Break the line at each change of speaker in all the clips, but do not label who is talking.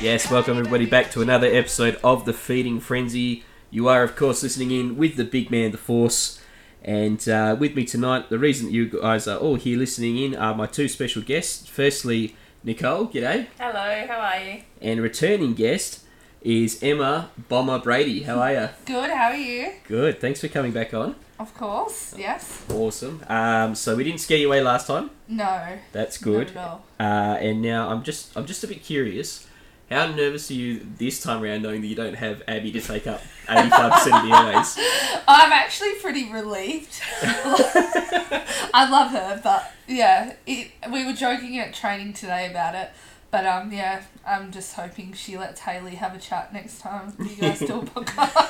Yes, welcome everybody back to another episode of the Feeding Frenzy. You are, of course, listening in with the big man, the Force, and uh, with me tonight. The reason that you guys are all here listening in are my two special guests. Firstly, Nicole, g'day,
Hello, how are you?
and returning guest is Emma Bomber Brady. How are you?
Good, how are you?
Good. Thanks for coming back on.
Of course, yes.
Awesome. Um, so we didn't scare you away last time.
No.
That's good.
Not at all.
Uh, and now I'm just I'm just a bit curious. How nervous are you this time around, knowing that you don't have Abby to take up 85 percent of the airways?
I'm actually pretty relieved. I love her, but yeah, it, we were joking at training today about it. But um, yeah, I'm just hoping she lets Haley have a chat next time. You guys still podcast.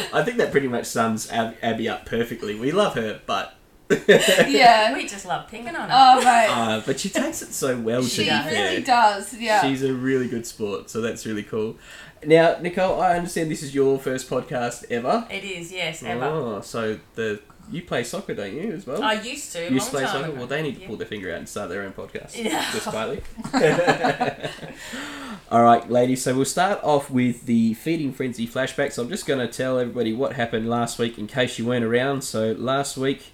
I think that pretty much sums Ab- Abby up perfectly. We love her, but
yeah.
We just love picking on her.
Oh mate,
uh, but she takes it so well. to
she
be fair.
really does. Yeah.
She's a really good sport, so that's really cool. Now, Nicole, I understand this is your first podcast ever.
It is, yes, ever.
Oh, so the you play soccer, don't you, as well?
I used to. a
You
long
play
time
soccer?
ago.
Well, they need to
Yeah.
pull their finger out and start their own podcast.
Yeah.
Just quietly. All right, ladies. So we'll start off with the feeding frenzy flashback. So I'm just going to tell everybody what happened last week in case you weren't around. So last week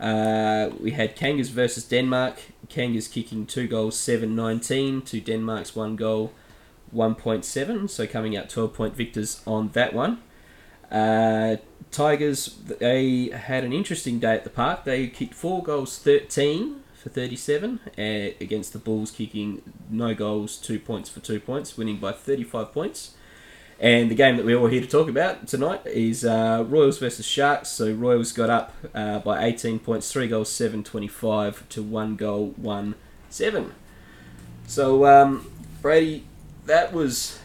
uh, we had Kangas versus Denmark. Kangas kicking two goals, seven nineteen to Denmark's one goal, one point seven. So coming out twelve point victors on that one. Uh, Tigers, they had an interesting day at the park. They kicked four goals, 13 for 37, uh, against the Bulls, kicking no goals, two points for two points, winning by 35 points. And the game that we're all here to talk about tonight is uh, Royals versus Sharks. So Royals got up uh, by 18 points, three goals, seven twenty-five to one goal, one seven. So um, Brady, that was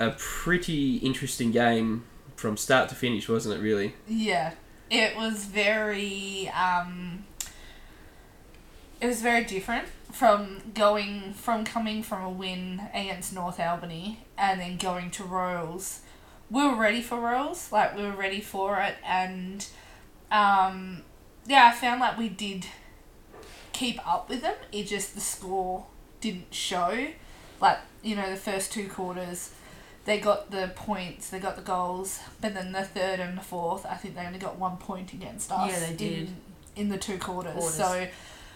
a pretty interesting game from start to finish, wasn't it? Really,
Yeah. It was very um it was very different from going from coming from a win against North Albany and then going to Royals. We were ready for Royals, like we were ready for it and um yeah, I found like we did keep up with them. It just the score didn't show. Like, you know, the first two quarters they got the points, they got the goals, but then the third and the fourth, I think they only got one point against us.
Yeah, they did.
In, in the two quarters.
Quarters.
So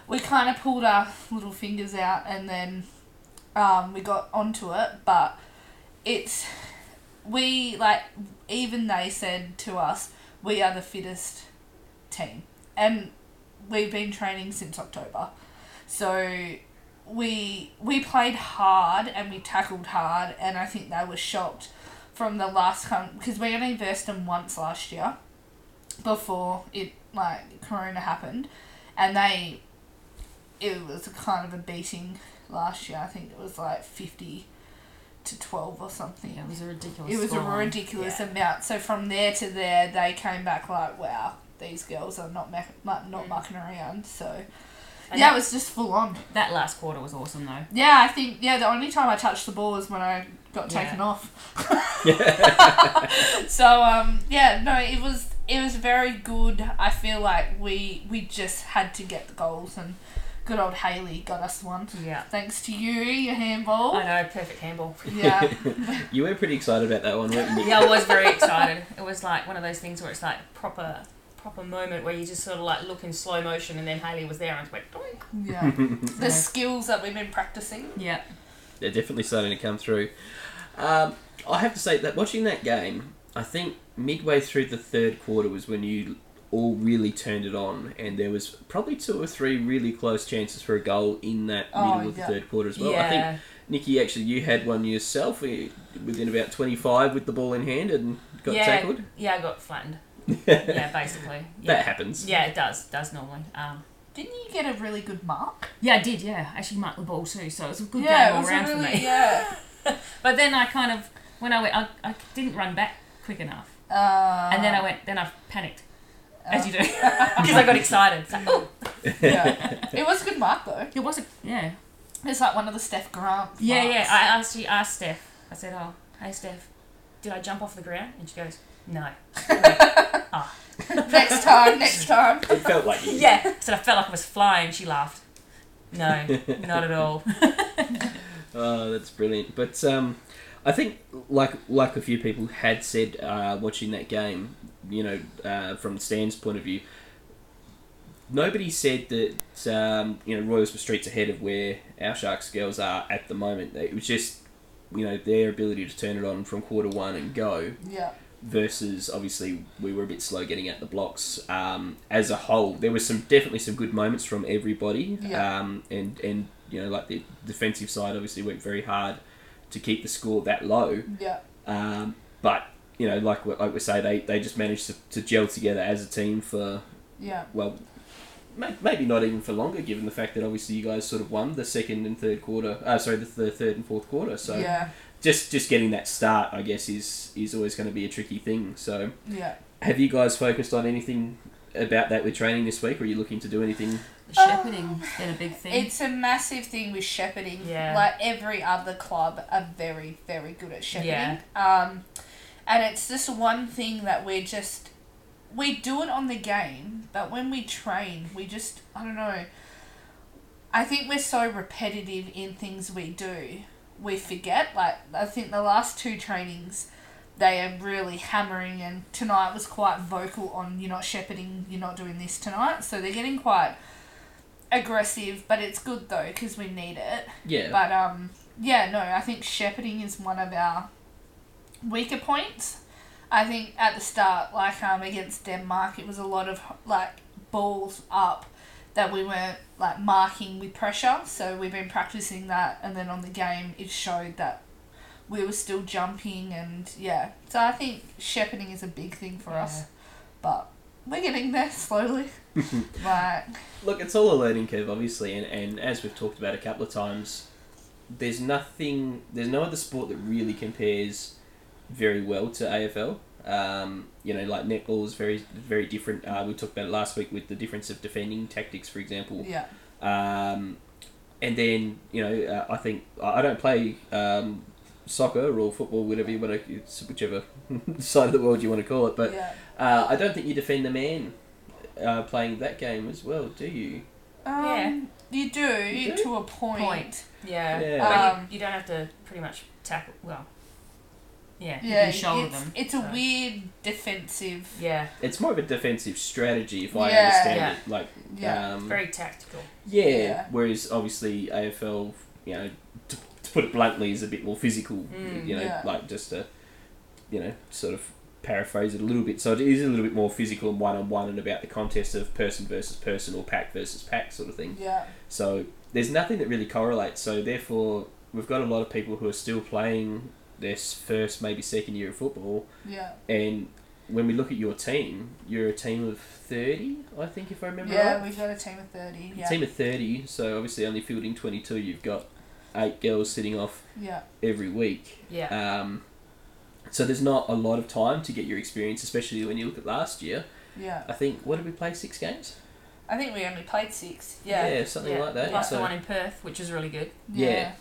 we kind of pulled our little fingers out and then um, we got onto it, but it's. We, like, even they said to us, we are the fittest team. And we've been training since October. So we we played hard and we tackled hard and I think they were shocked from the last time because we only versed them once last year before it like corona happened and they it was a kind of a beating last year I think it was like 50 to 12 or something
Yeah, it was a ridiculous.
it was a
scoreline.
ridiculous
Yeah.
amount. So from there to there, they came back like, wow, these girls are not mac- mu- not
Mm.
mucking around. So
And
yeah,
that,
it was just full on.
that last quarter was awesome though.
Yeah, I think yeah, the only time I touched the ball was when I got
Yeah.
taken off. so um, yeah, no, it was it was very good. I feel like we we just had to get the goals and good old Haley got us one.
Yeah.
Thanks to you, your handball.
I know, perfect handball.
Yeah.
you were pretty excited about that one, weren't you?
Yeah, I was very excited. It was like one of those things where it's like proper proper moment where you just sort of like look in slow motion and then Haley was there and it went doink.
Yeah. the skills that we've been practicing.
Yeah.
They're definitely starting to come through. Um, I have to say that watching that game, I think midway through the third quarter was when you all really turned it on, and there was probably two or three really close chances for a goal in that
Oh,
middle of
yeah.
the third quarter as well. I think
yeah.
Nikki, actually, you had one yourself eh, within about 25 with the ball in hand and got
yeah,
tackled.
Yeah, I got flattened. Yeah, basically. Yeah.
That happens.
Yeah, it does. Does normally. Um,
Didn't you get a really good mark?
Yeah, I did. Yeah, actually, marked the ball too, so it was a good game all round for me.
yeah.
But then I kind of when I went, I, I didn't run back quick enough,
Uh,
and then I went, then I panicked, as you do, because
Ah.
I got excited. It's like, oh,
yeah. it was a good mark though.
it was a yeah,
It's like one of the Steph Grant.
yeah, yeah.
marks.
I asked you, asked Steph. I said, oh, hey Steph, did I jump off the ground? And she goes, no.
next time, next time.
It felt like you.
Yeah. So I felt like I was flying. She laughed. No, not at all.
Oh, that's brilliant. But um, I think, like like a few people had said, uh, watching that game, you know, uh, from Stan's point of view, nobody said that um, you know Royals were streets ahead of where our Sharks girls are at the moment. It was just you know their ability to turn it on from quarter one and go
Yeah.
versus obviously we were a bit slow getting out the blocks um, as a whole there was some definitely some good moments from everybody
Yeah.
um, and and you know like the defensive side obviously went very hard to keep the score that low
Yeah.
um, but you know like we- like we say they, they just managed to, to gel together as a team for
Yeah.
well may- maybe not even for longer given the fact that obviously you guys sort of won the second and third quarter uh, sorry the, the third and fourth quarter so
Yeah.
just just getting that start I guess is is always going to be a tricky thing so
Yeah.
have you guys focused on anything about that with training this week? Or are you looking to do anything?
The shepherding's been a big thing.
It's a massive thing with shepherding.
Yeah.
Like every other club are very, very good at shepherding. Um, and it's just one thing that we're just we do it on the game, but when we train, we just I don't know. I think we're so repetitive in things we do, we forget. Like I think the last two trainings, they are really hammering, and tonight was quite vocal on you're not shepherding, you're not doing this tonight. So they're getting quite aggressive, but it's good though because we need it.
Yeah.
But um, yeah, no, I think shepherding is one of our weaker points. I think at the start, like um, against Denmark, it was a lot of like balls up that we weren't like marking with pressure. So we've been practicing that, and then on the game, it showed that we were still jumping, and yeah. So I think shepherding is a big thing for us,
Yeah.
but we're getting there slowly. like
Look, it's all a learning curve, obviously, and, and as we've talked about a couple of times, there's nothing, there's no other sport that really compares very well to AFL. Um, you know, like netball is very, very different. Uh, we talked about it last week with the difference of defending tactics, for example.
yeah,
Um, and then you know, uh, I think I I don't play um, soccer or football, whatever you want to, it's whichever side of the world you want to call it. But
yeah.
uh, I don't think you defend the man uh, playing that game as well, do you?
Um,
Yeah.
You do,
do?
to a point.
Point. Yeah.
Yeah.
But
Um,
you, you don't have to pretty much tackle. Well, yeah.
Yeah,
you can shoulder
it's,
them.
it's a
so.
weird defensive.
Yeah.
It's more of a defensive strategy, if I
Yeah.
understand
Yeah.
it. Like,
Yeah.
um,
Very tactical.
yeah,
Yeah.
Whereas obviously AFL, you know, to, to put it bluntly, is a bit more physical.
Mm,
you know,
yeah.
like just to, you know, sort of paraphrase it a little bit. So it is a little bit more physical and one on one, and about the contest of person versus person or pack versus pack sort of thing.
Yeah.
So there's nothing that really correlates. So therefore, we've got a lot of people who are still playing their s- first, maybe second year of football.
Yeah.
And when we look at your team, you're a team of thirty, I think, if I remember
Yeah,
right.
we've got a team of 30.
A
Yeah.
Team of thirty. So obviously, only fielding twenty-two. You've got eight girls sitting off
yeah.
every week.
Yeah.
Um, so there's not a lot of time to get your experience, especially when you look at last year.
Yeah.
I think what did we play six games?
I think we only played six. Yeah.
something
yeah.
like that.
Plus
So-
the one in Perth, which is really good.
Yeah.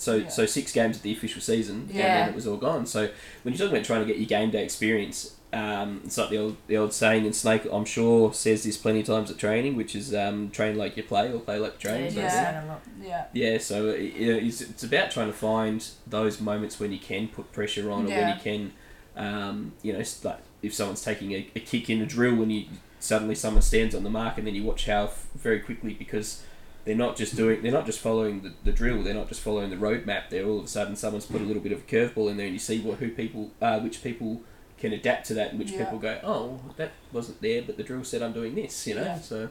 So
Yeah.
so six games of the official season, and
Yeah.
then it was all gone. So when you're talking about trying to get your game day experience, um, it's like the old the old saying, and Snake I'm sure says this plenty of times at training, which is um, train like you play or play like you train.
Yeah,
sort of
you do
thing.
Yeah.
that a lot.
Yeah.
Yeah, so it, it- it's, it's about trying to find those moments when you can put pressure on, or when
Yeah.
you can, um, you know, s- like if someone's taking a, a kick in a drill, when you suddenly someone stands on the mark, and then you watch how f- very quickly because they're not just doing, they're not just following the, the drill, they're not just following the roadmap. They're all of a sudden someone's put a little bit of a curveball in there, and you see what who people, uh, which people can adapt to that, and which
Yeah.
people go, oh, that wasn't there, but the drill said I'm doing this, you know.
Yeah.
So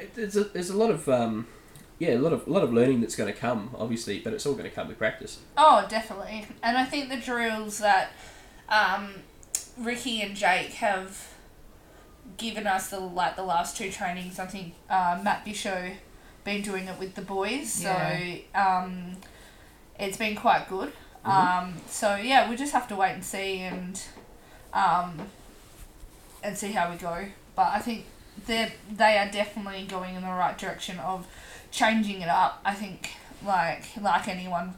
it, there's a there's a lot of um, yeah, a lot of a lot of learning that's going to come, obviously, but it's all going to come with practice.
Oh, definitely. And I think the drills that um, Ricky and Jake have given us the like the last two trainings. I think uh, Matt Bisho been doing it with the boys, so um, it's been quite good. Um, so yeah, we just have to wait and see and um, and see how we go. But I think they they are definitely going in the right direction of changing it up. I think like like anyone,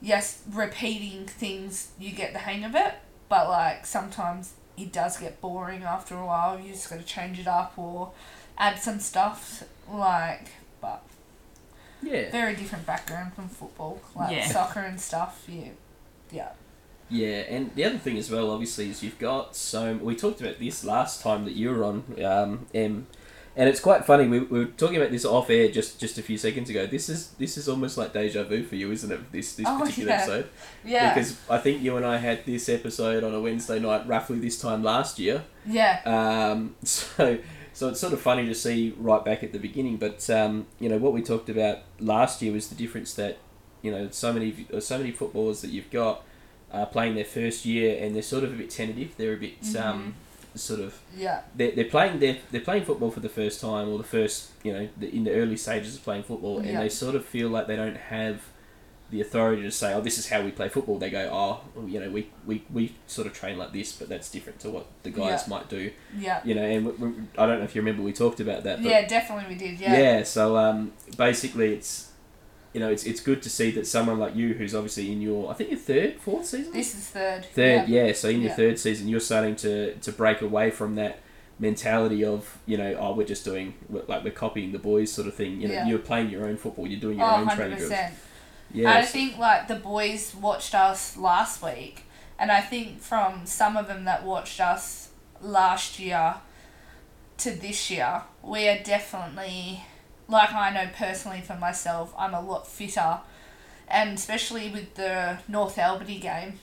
yes, repeating things you get the hang of it, but like sometimes it does get boring after a while. You just got to change it up or add some stuff like but
Yeah.
very different background from football, like
Yeah.
soccer and stuff. You, yeah,
Yeah, and the other thing as well, obviously, is you've got so we talked about this last time that you were on, um, M, and it's quite funny. We, we were talking about this off air just just a few seconds ago. This is this is almost like deja vu for you, isn't it? This this
Oh,
particular
yeah.
episode
yeah,
because I think you and I had this episode on a Wednesday night, roughly this time last year.
yeah,
Um, so so it's sort of funny to see right back at the beginning. But um, you know what we talked about last year was the difference that you know so many uh, so many footballers that you've got are playing their first year and they're sort of a bit tentative. They're a bit
Mm-hmm.
um, sort of
yeah,
they're, they're playing they're, they're playing football for the first time or the first you know the, in the early stages of playing football and
Yeah.
they sort of feel like they don't have the authority to say oh this is how we play football they go oh well, you know we, we, we sort of train like this but that's different to what the guys
Yeah.
might do
yeah,
you know and we, we, I don't know if you remember we talked about that but
yeah. Definitely, we did.
yeah.
Yeah,
so um, basically it's you know it's, it's good to see that someone like you who's obviously in your I think your third fourth season
this is third.
Third, yeah. So in your
Yeah.
third season, you're starting to to break away from that mentality of you know, oh, we're just doing we're- like we're copying the boys sort of thing. You know,
Yeah.
you're playing your own football. You're doing your
Oh,
own training drills.
100%.
Yeah.
I think like the boys watched us last week, and I think from some of them that watched us last year to this year, we are definitely like I know personally for myself, I'm a lot fitter, and especially with the North Albany game.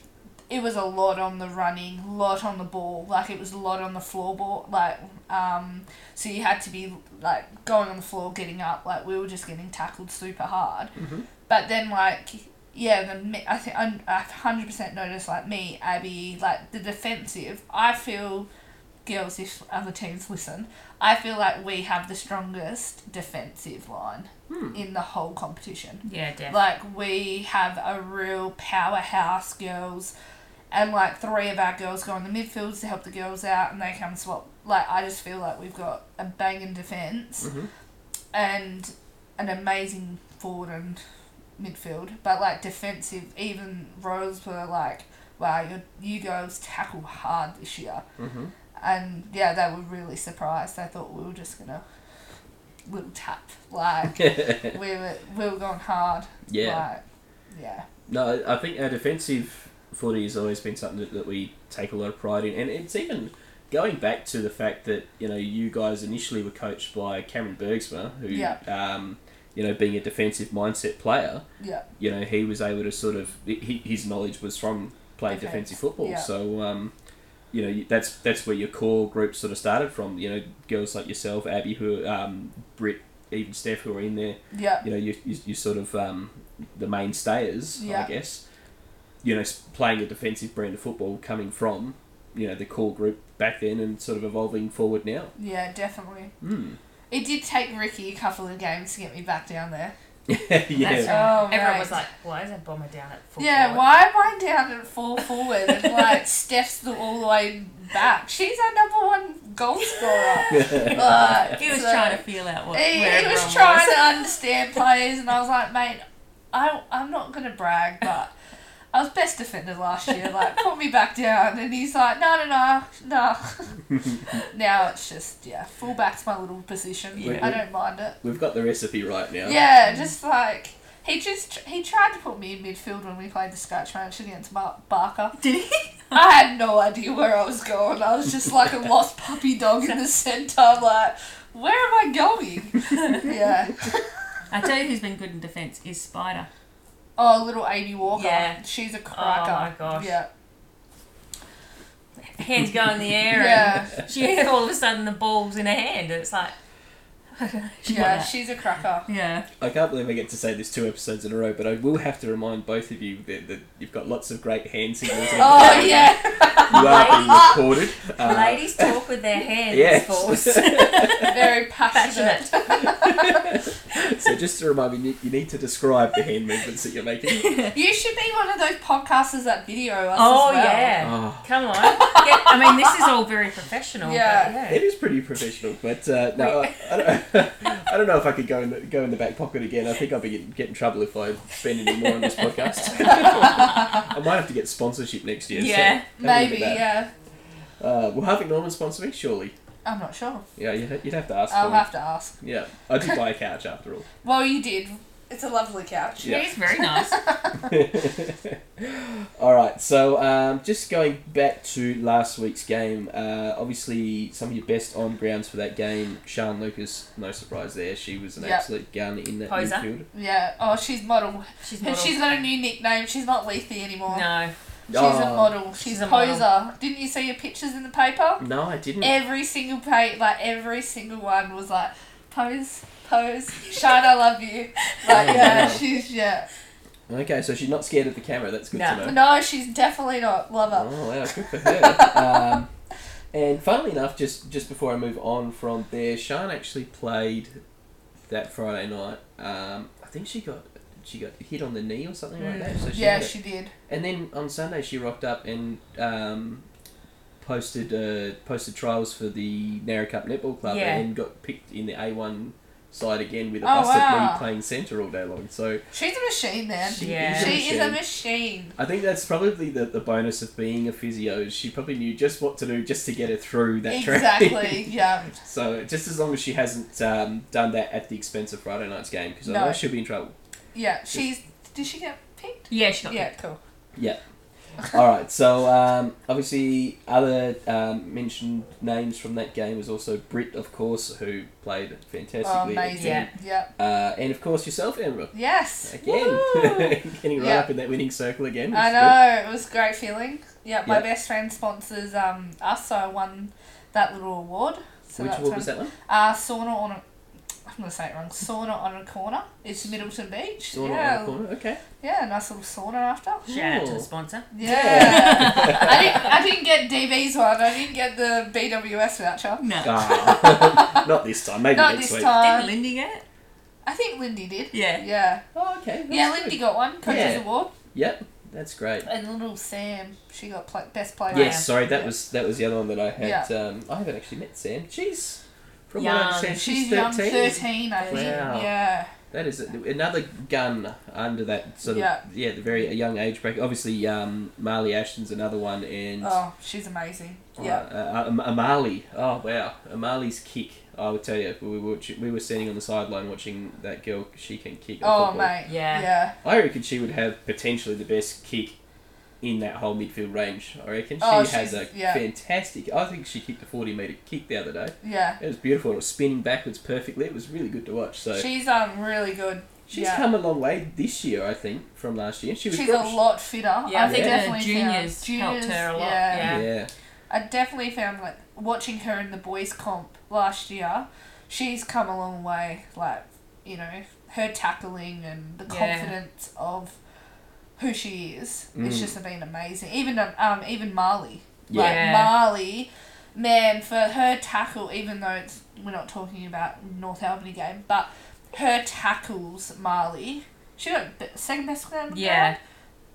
It was a lot on the running, lot on the ball. Like it was a lot on the floorboard. Like, um, so you had to be like going on the floor, getting up. Like we were just getting tackled super hard. But then like yeah, the me- I think I'm- I've hundred percent noticed like me, Abby, like the defensive. I feel girls, if other teams listen, I feel like we have the strongest defensive line in the whole competition.
Yeah, definitely.
Like we have a real powerhouse girls, and like three of our girls go in the midfields to help the girls out, and they come swap. Like I just feel like we've got a banging defense,
Mhm.
and an amazing forward and midfield. But like defensive, even Rose were like, "Wow, you you girls tackle hard this year,"
hmm
and yeah, they were really surprised. They thought we were just gonna little tap like we were we were going hard.
yeah.
Like, yeah.
No, I I think our defensive footy has always been something that, that we take a lot of pride in, and it's even going back to the fact that you know you guys initially were coached by Cameron Bergsma, who
Yeah.
um, you know being a defensive mindset player.
Yeah.
you know, he was able to sort of he, his knowledge was from playing
Defense,
defensive football.
yeah.
So, um, you know, you- that's that's where your core group sort of started from. You know, girls like yourself, Abby, who are, um, Britt, even Steph, who are in there.
Yeah.
You know, you you, you sort of um, the mainstayers,
Yeah.
I guess. You know, s- playing a defensive brand of football coming from you know the core group back then and sort of evolving forward now.
Yeah, definitely.
Hmm.
Mm.
It did take Ricky a couple of games to get me back down there.
yeah.
That's right.
Oh,
Everyone
right.
was like, why is that bomber down at full
yeah,
forward?
why am I down at four forward and like Steph's the, all the way back? She's our number one goal scorer. Like,
He was
so-
trying to feel out what.
He,
where
he was
everyone
trying
was.
to understand players, and I was like, mate, I, I'm not going to brag, but I was best defender last year. Like, put me back down. And he's like, no, no, no, no. now it's just, yeah, fullback's my little position.
Yeah.
I don't mind it.
We've got the recipe right now.
Yeah, just like. He just he tried to put me in midfield when we played the Scotch match against Mark Barker.
Did he?
I had no idea where I was going. I was just like a lost puppy dog in the centre. Like, where am I going? yeah.
I tell you who's been good in defence is Spider.
Oh, little Amy Walker.
Yeah.
She's a
Oh
cracker.
my gosh.
Yeah.
Hands go in the air
Yeah.
and she all of a sudden the ball's in her hand and it's like
Yeah, she's a cracker.
Yeah.
I can't believe I get to say this two episodes in a row, but I will have to remind both of you that, that you've got lots of great hand signals. on
Oh yeah,
you are being recorded. Uh,
ladies talk with their hands,
yes.
balls.
very passionate.
Passionate.
so just to remind me, you, you need to describe the hand movements that you're making.
You should be one of those podcasters that video us.
Oh
as well.
yeah.
Oh,
Come on. Get, I mean this is all very professional.
Yeah.
But yeah.
it is pretty professional, but uh, no, I, I, don't, I don't know if I could go in the, go in the back pocket again. I think I'll be getting, get in trouble if I spend any more on this podcast. I might have to get sponsorship next year. so
Yeah,
have a look at
Maybe
that.
yeah.
Uh, will Harvick Norman sponsor me? Surely.
I'm not sure.
Yeah, you'd, you'd have to ask
I'll
for it.
have to ask.
Yeah, I did buy a couch after all.
Well, you did. It's a lovely couch.
Yeah.
It is very nice.
All right, so um, just going back to last week's game, uh, obviously some of your best on grounds for that game. Sean Lucas, no surprise there. She was an
Yep.
absolute gun in that
Poser.
midfield.
Yeah. Oh, she's model.
She's
And
model.
she's got a new nickname. She's not Leafy anymore.
no.
She's
Oh,
a model. She's,
She's
a
a
poser.
model.
Didn't you see your pictures in the paper?
No, I didn't.
Every single page, like every single one, was like pose, pose. Shine, I love you. Like
Oh,
yeah,
wow.
she's yeah.
Okay, so she's not scared of the camera. That's good
No.
to know.
No, she's definitely not. Love her.
Oh wow, good for her. um, and funnily enough, just just before I move on from there, Sean actually played that Friday night. Um, I think she got she got hit on the knee or something like
Mm.
that. So she
yeah,
had a-
she did.
And then on Sunday she rocked up and um, posted uh, posted trials for the Narrow Cup Netball Club
Yeah.
and got picked in the A one side again with a
Oh,
busted
wow.
knee playing centre all day long. So
She's a machine, man.
she,
Yeah.
is, a
She is a
machine.
machine.
I think that's probably the, the bonus of being a physio. is She probably knew just what to do just to get her through that
Exactly.
training.
Yeah.
so just as long as she hasn't um, done that at the expense of Friday night's game, because
No.
I know she'll be in trouble.
Yeah. She's. Did she get picked?
Yeah, she got
Yeah. Cool.
All right. So um, obviously, other um, mentioned names from that game was also Britt, of course, who played
Oh,
fantastically.
amazing.
Yeah.
Yeah.
Uh, and of course, yourself, Amber.
Yes.
Again, getting right
Yeah.
up in that winning circle again.
I
which is good.
know it was a great feeling. Yeah, my
Yeah.
best friend sponsors um us, so I won that little award. So
Which
that's
what was that one?
Uh, sauna on a. I'm gonna say it wrong. Sauna on a corner. It's Middleton Beach.
Sauna on
yeah,
the corner. Okay.
yeah, nice little sauna after.
Shout out to
Cool.
the sponsor.
Yeah, I didn't. I didn't get DB's one. I didn't get the BWS voucher.
No.
Ah, not this time. Maybe
Not
next
this
week.
Didn't
time.
Lindy get it?
I think Lindy did.
Yeah.
Yeah.
Oh, okay. that's
Yeah,
good.
Lindy got one. Coach's
Yeah.
award.
Yep, that's great.
And little Sam, she got pla best player.
Yes, sorry, that
Yeah.
was that was the other one that I had. Um, I haven't actually met Sam. She's from what I
Young.
understand,
She's,
she's
young,
13.
13, I think.
Wow.
Yeah.
That is another gun under that sort of
Yeah.
yeah, the very young age bracket. Obviously, um, Marley Ashton's another one, and
Oh, she's amazing. Yeah.
uh, uh, Am- Amali. Oh wow, Amali's kick! I would tell you, we were watch- we were standing on the sideline watching that girl. She can kick. a
Oh,
football.
mate.
Yeah.
Yeah.
I reckon she would have potentially the best kick in that whole midfield range. I reckon she
Oh,
has a
she's- yeah.
fantastic. I think she kicked a forty meter kick the other day.
Yeah.
It was beautiful. It was spinning backwards perfectly. It was really good to watch. So
She's um really good.
She's
Yeah.
come a long way this year, I think, from last year. She was
She's a lot fitter.
Yeah,
I
I think
the
definitely
juniors
found,
helped her a lot,
Yeah.
yeah.
Yeah.
I definitely found like watching her in the boys comp last year. She's come a long way. Like you know her tackling and the
Yeah.
confidence of who she is. It's
Mm.
just been amazing. Even um um, even Marley. Like
Yeah.
Marley, man, for her tackle, even though it's we're not talking about North Albany game, but her tackles Marley. She got b- second best score.
Yeah.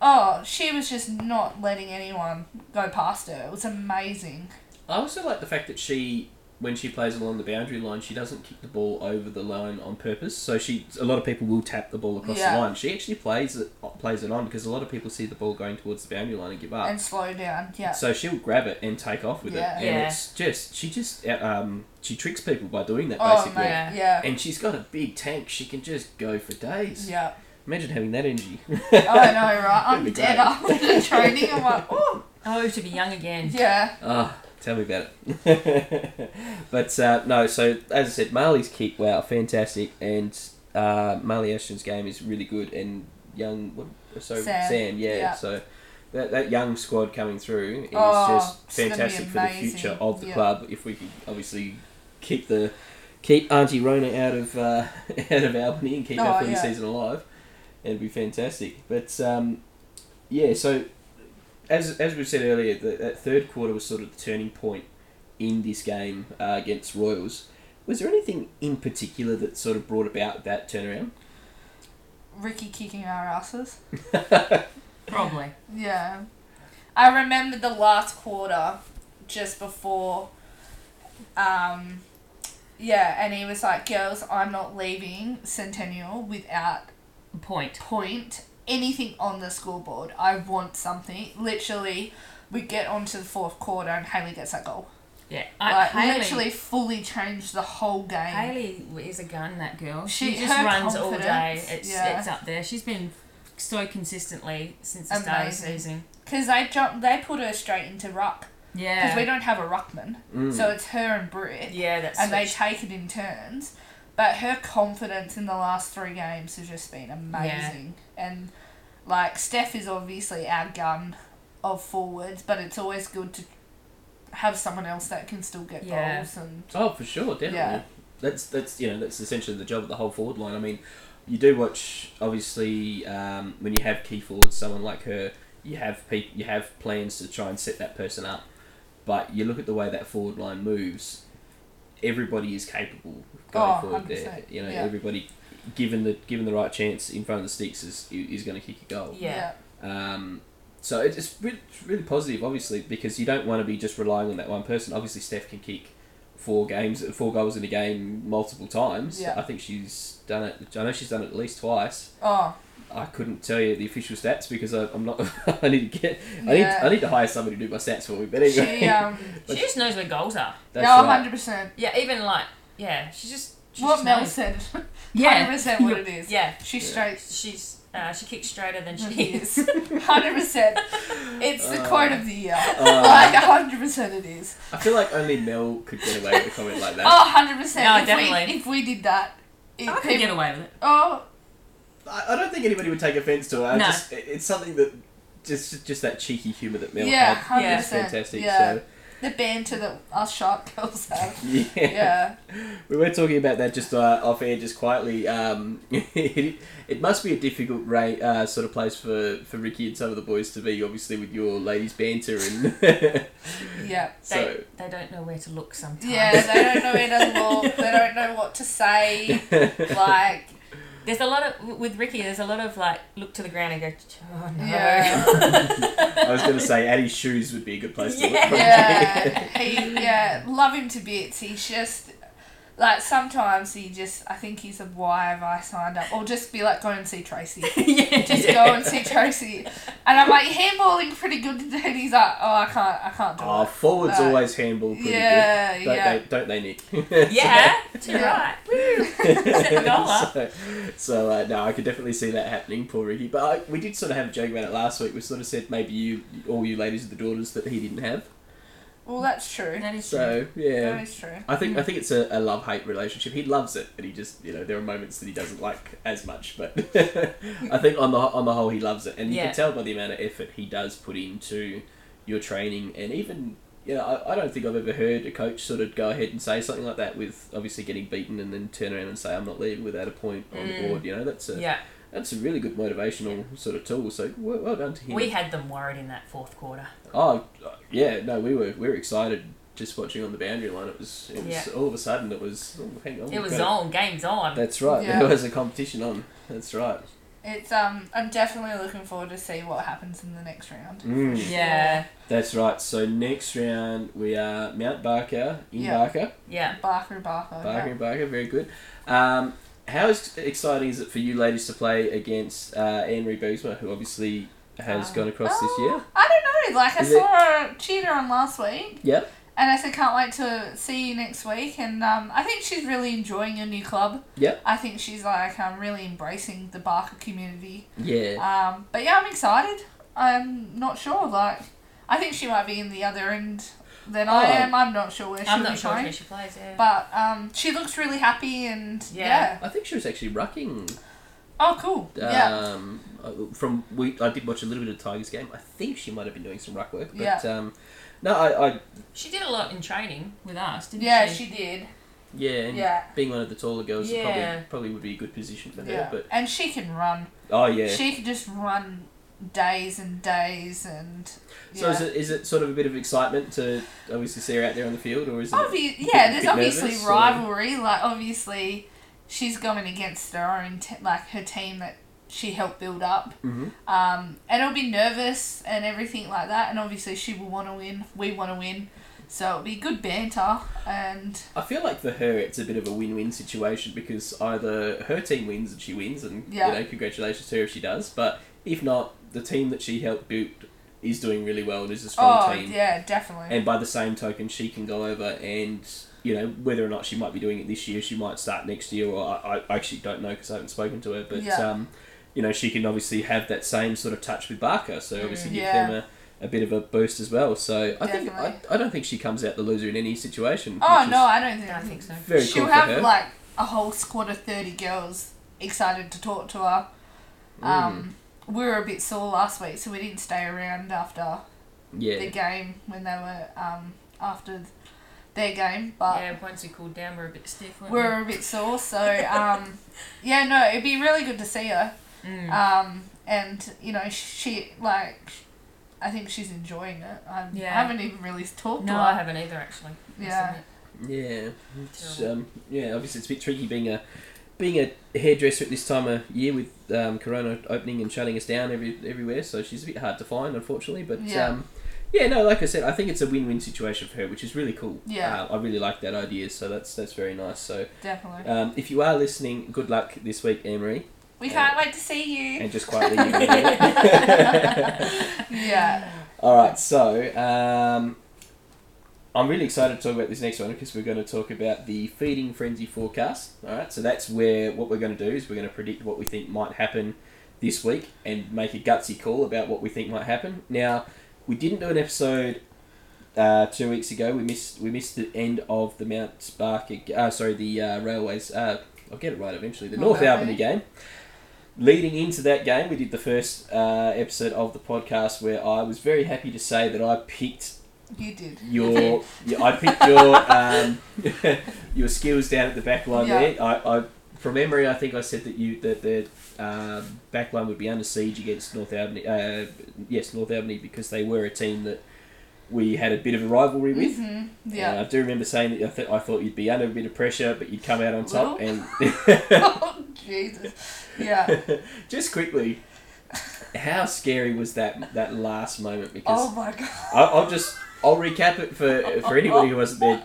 Oh, she was just not letting anyone go past her. It was amazing.
I also like the fact that she, when she plays along the boundary line, she doesn't kick the ball over the line on purpose. So she, a lot of people will tap the ball across
Yeah.
the line. She actually plays it, plays it on because a lot of people see the ball going towards the boundary line and give up.
And slow down. Yeah.
So she'll grab it and take off with
Yeah.
it, and
Yeah.
it's just she just uh, um she tricks people by doing that
Oh,
basically.
mate. Yeah.
And she's got a big tank; she can just go for days.
Yeah.
Imagine having that energy.
Oh, I know, right? I'm
That'd be
dead
great.
after the training. I'm like, oh,
Oh, to be young again.
yeah.
Ah, tell me about it. but uh, no, so as I said, Marley's kick, wow, fantastic, and uh, Marley Ashton's game is really good, and young, what, so
Sam,
Sam, yeah,
yeah.
so. That, that young squad coming through is
Oh,
just
it's gonna be
fantastic for the future
amazing,
of the
yeah.
club. If we could obviously keep the keep Auntie Rona out of uh, out of Albany and keep
Oh,
our footy
yeah.
season alive, it'd be fantastic. But um, yeah, so as as we said earlier, the, that third quarter was sort of the turning point in this game uh, against Royals. Was there anything in particular that sort of brought about that turnaround?
Ricky kicking our asses.
Probably.
Yeah. I remember the last quarter just before um yeah, and he was like, Girls, I'm not leaving Centennial without
Point.
point anything on the scoreboard. I want something. Literally we get onto the fourth quarter and Haley gets that goal.
Yeah.
Like
Hayley,
literally fully changed the whole game.
Hayley is a gun. That girl. She,
She-
just
her
runs all day.
confidence,
It's
yeah.
it's up there. She's been so consistently since the start of the
Amazing.
season.
Because they jump, they put her straight into ruck. Because
Yeah.
we don't have a ruckman,
Mm.
so it's her and Britt,
Yeah, that's
and they
switch.
take it in turns. But her confidence in the last three games has just been amazing, and like Steph is obviously our gun of forwards, but it's always good to have someone else that can still get
Yeah.
goals and
Oh, for sure, definitely.
Yeah.
That's that's you know that's essentially the job of the whole forward line. I mean, you do watch obviously um, when you have key forwards, someone like her, you have pe- you have plans to try and set that person up, but you look at the way that forward line moves. Everybody is capable of going
Oh,
forward there.
100%,
You know,
yeah.
everybody given the given the right chance in front of the sticks is is going to kick a goal.
Yeah.
Um, so it's it's re- it's really positive, obviously, because you don't want to be just relying on that one person. Obviously, Steph can kick four games, four goals in a game multiple times.
Yeah.
I think she's done it. I know she's done it at least twice.
oh
I couldn't tell you the official stats because I, I'm not. I need to get. I
yeah.
need. I need to hire somebody to do my stats for me. But anyway,
she um
But-
She just knows where goals are.
that's
no
right.
hundred percent
Yeah, even like yeah, she just she
what
just
Mel
knows.
said hundred
yeah.
percent what it is
Yeah,
she's
Yeah.
straight
she's uh, she kicks straighter than
than
she is.
Hundred percent. It's the
Uh,
quote of the year.
uh,
like hundred percent, it is.
I feel like only Mel could get away with a comment like
Oh,
that.
100 percent.
No,
if
definitely.
We, if we did that, it,
I could
people-
get away with it.
Oh,
I, I don't think anybody would take offence to it. I
No.
just, it- it's something that just just that cheeky humour that Mel
Yeah,
had
Yeah.
is fantastic.
100%, yeah.
So
the banter that us shark girls have.
yeah.
Yeah.
We were talking about that just uh, off air, just quietly. Um, it, it must be a difficult ra- uh, sort of place for, for Ricky and some of the boys to be, obviously, with your ladies' banter. and
Yeah.
So,
They don't know where to look sometimes.
Yeah, they don't know where to look. They don't know what to say. Like,
There's a lot of with Ricky. There's a lot of like look to the ground and go. Oh no.
Yeah.
I was going to say, Addie's shoes would be a good place to look.
Yeah.
yeah, he, yeah, love him to bits. He's just like sometimes he just. I think he's a why have I signed up? Or just be like, go and see Tracy.
yeah.
just go and see Tracy. And I'm like, handballing pretty good today. And he's like, oh, I can't, I can't do
Oh, forwards
Uh,
always handball
it.
pretty
Yeah,
good. Don't,
yeah.
they, don't they, Nick?
Yeah, to
Yeah.
right. Set the goal up.
so, so uh, no, I could definitely see that happening, poor Ricky. But I, we did sort of have a joke about it last week. We sort of said maybe you, all you ladies are the daughters that he didn't have.
Well, that's true.
That is true.
So yeah,
That is true.
I
Mm.
think I think it's a, a love hate relationship. He loves it, and he just you know there are moments that he doesn't like as much. But I think on the on the whole, he loves it, and you
Yeah.
can tell by the amount of effort he does put into your training, and even you know I, I don't think I've ever heard a coach sort of go ahead and say something like that with obviously getting beaten and then turn around and say I'm not leaving without a point on the
Mm.
board. You know that's a
Yeah,
that's a really good motivational sort of tool. So well, well done to him.
we had them worried in that fourth quarter.
Oh yeah, no, we were we were excited just watching on the boundary line. It was it was
Yeah.
all of a sudden it was oh, hang on.
It
we've
was
got
on, game's on.
That's right.
Yeah.
There was a competition on. That's right.
It's um, I'm definitely looking forward to see what happens in the next round.
Mm.
Yeah,
That's right. So next round we are Mount Barker in
Yeah.
Barker,
yeah.
Barker, Barker.
Barker in Barker. Very good. Um, how ex- exciting is it for you ladies to play against uh, Anne Marie Boozma, who obviously has
Uh,
Ah.
gone across this year?
Oh, I don't know. Like I
Is it-
saw a cheater on last week,
Yep.
and I said can't wait to see you next week. And um, I think she's really enjoying her new club.
Yep.
I think she's like um, really embracing the Barker community.
Yeah.
Um, but yeah, I'm excited. I'm not sure. Like, I think she might be in the other end than I
Oh.
am. I'm not sure where she'll
I'm not
be
sure
going.
who she plays. Yeah.
But um, she looks really happy and yeah.
Yeah.
I think she was actually rucking
Oh, cool. yeah.
Um, uh, from we, I did watch a little bit of Tigers game. I think she might have been doing some ruck work, but
Yeah.
um, no, I, I
she did a lot in training.
With us, didn't
Yeah,
she?
she did.
yeah, and
Yeah.
being one of the taller girls, it
Yeah.
probably probably would be a good position for her.
Yeah.
But
And she can run.
oh yeah,
She can just run days and days and. Yeah.
so is it is it sort of a bit of excitement to obviously see her out there on the field, or is it?
Obvi-
bit-
yeah, there's
bit
obviously
nervous, or-
rivalry. Like, obviously, she's going against her own, te- like, her team that she helped build up.
Mhm.
Um, and it'll be nervous and everything like that. And obviously, she will want to win. We want to win. So it'll be good banter. And
I feel like for her, it's a bit of a win-win situation because either her team wins and she wins, and
Yeah.
you know, congratulations to her if she does. But if not, the team that she helped build is doing really well and is a strong
Oh,
team.
yeah, definitely.
And by the same token, she can go over and, you know, whether or not she might be doing it this year, she might start next year, or I, I actually don't know because I haven't spoken to her, but,
Yeah.
um, you know, she can obviously have that same sort of touch with Barker, so obviously give
Mm, Yeah.
them a, a bit of a boost as well. So I think I,
Definitely.
I don't think she comes out the loser in any situation.
oh,
which
no,
is
I don't think,
I think so.
Very
She'll
cool for
have,
her.
like, a whole squad of 30 girls excited to talk to her.
Mm,
Um, We were a bit sore last week, so we didn't stay around after
yeah.
the game when they were um, after th- their game, but
yeah, once you cooled down, we're a bit stiff, weren't
we're a bit sore. So um, yeah, no, it'd be really good to see her.
we? Mm.
Um, and you know, she like, I think she's enjoying it. I,
Yeah.
I haven't even really talked
no,
to
I
her.
haven't either, actually. Must
Yeah.
admit.
Yeah, it's,
Terrible.
um, yeah. Obviously, it's a bit tricky being a being a hairdresser at this time of year with um, Corona opening and shutting us down every, everywhere. So she's a bit hard to find, unfortunately. But
Yeah.
um, yeah, no. Like I said, I think it's a win-win situation for her, which is really cool.
Yeah.
uh, I really like that idea. So that's that's very nice. So
Definitely,
um, if you are listening, good luck this week, Emery,
we can't wait to see you.
and just quietly. you can do it.
Yeah,
All right, so um, I'm really excited to talk about this next one because we're going to talk about the feeding frenzy forecast. All right, so that's where what we're going to do is we're going to predict what we think might happen this week and make a gutsy call about what we think might happen. Now, we didn't do an episode uh, two weeks ago. We missed we missed the end of the Mount Sparker. Uh, sorry, the uh, railways. Uh, I'll get it right eventually. The
Oh,
North
no,
Albany
really?
game. Leading into that game, we did the first uh, episode of the podcast where I was very happy to say that I picked
you did.
your, yeah, I picked your um, your skills down at the back line
Yeah.
there. I, I from memory, I think I said that you that the um, back line would be under siege against North Albany. Uh, yes, North Albany because they were a team that we had a bit of a rivalry with.
hmm
And
Yeah.
I do remember saying that I, th- I thought you'd be under a bit of pressure, but you'd come out on top. And
oh Jesus. Yeah.
just quickly, how scary was that that last moment? Because
Oh my god.
I, I'll just I'll recap it for for anybody who wasn't there.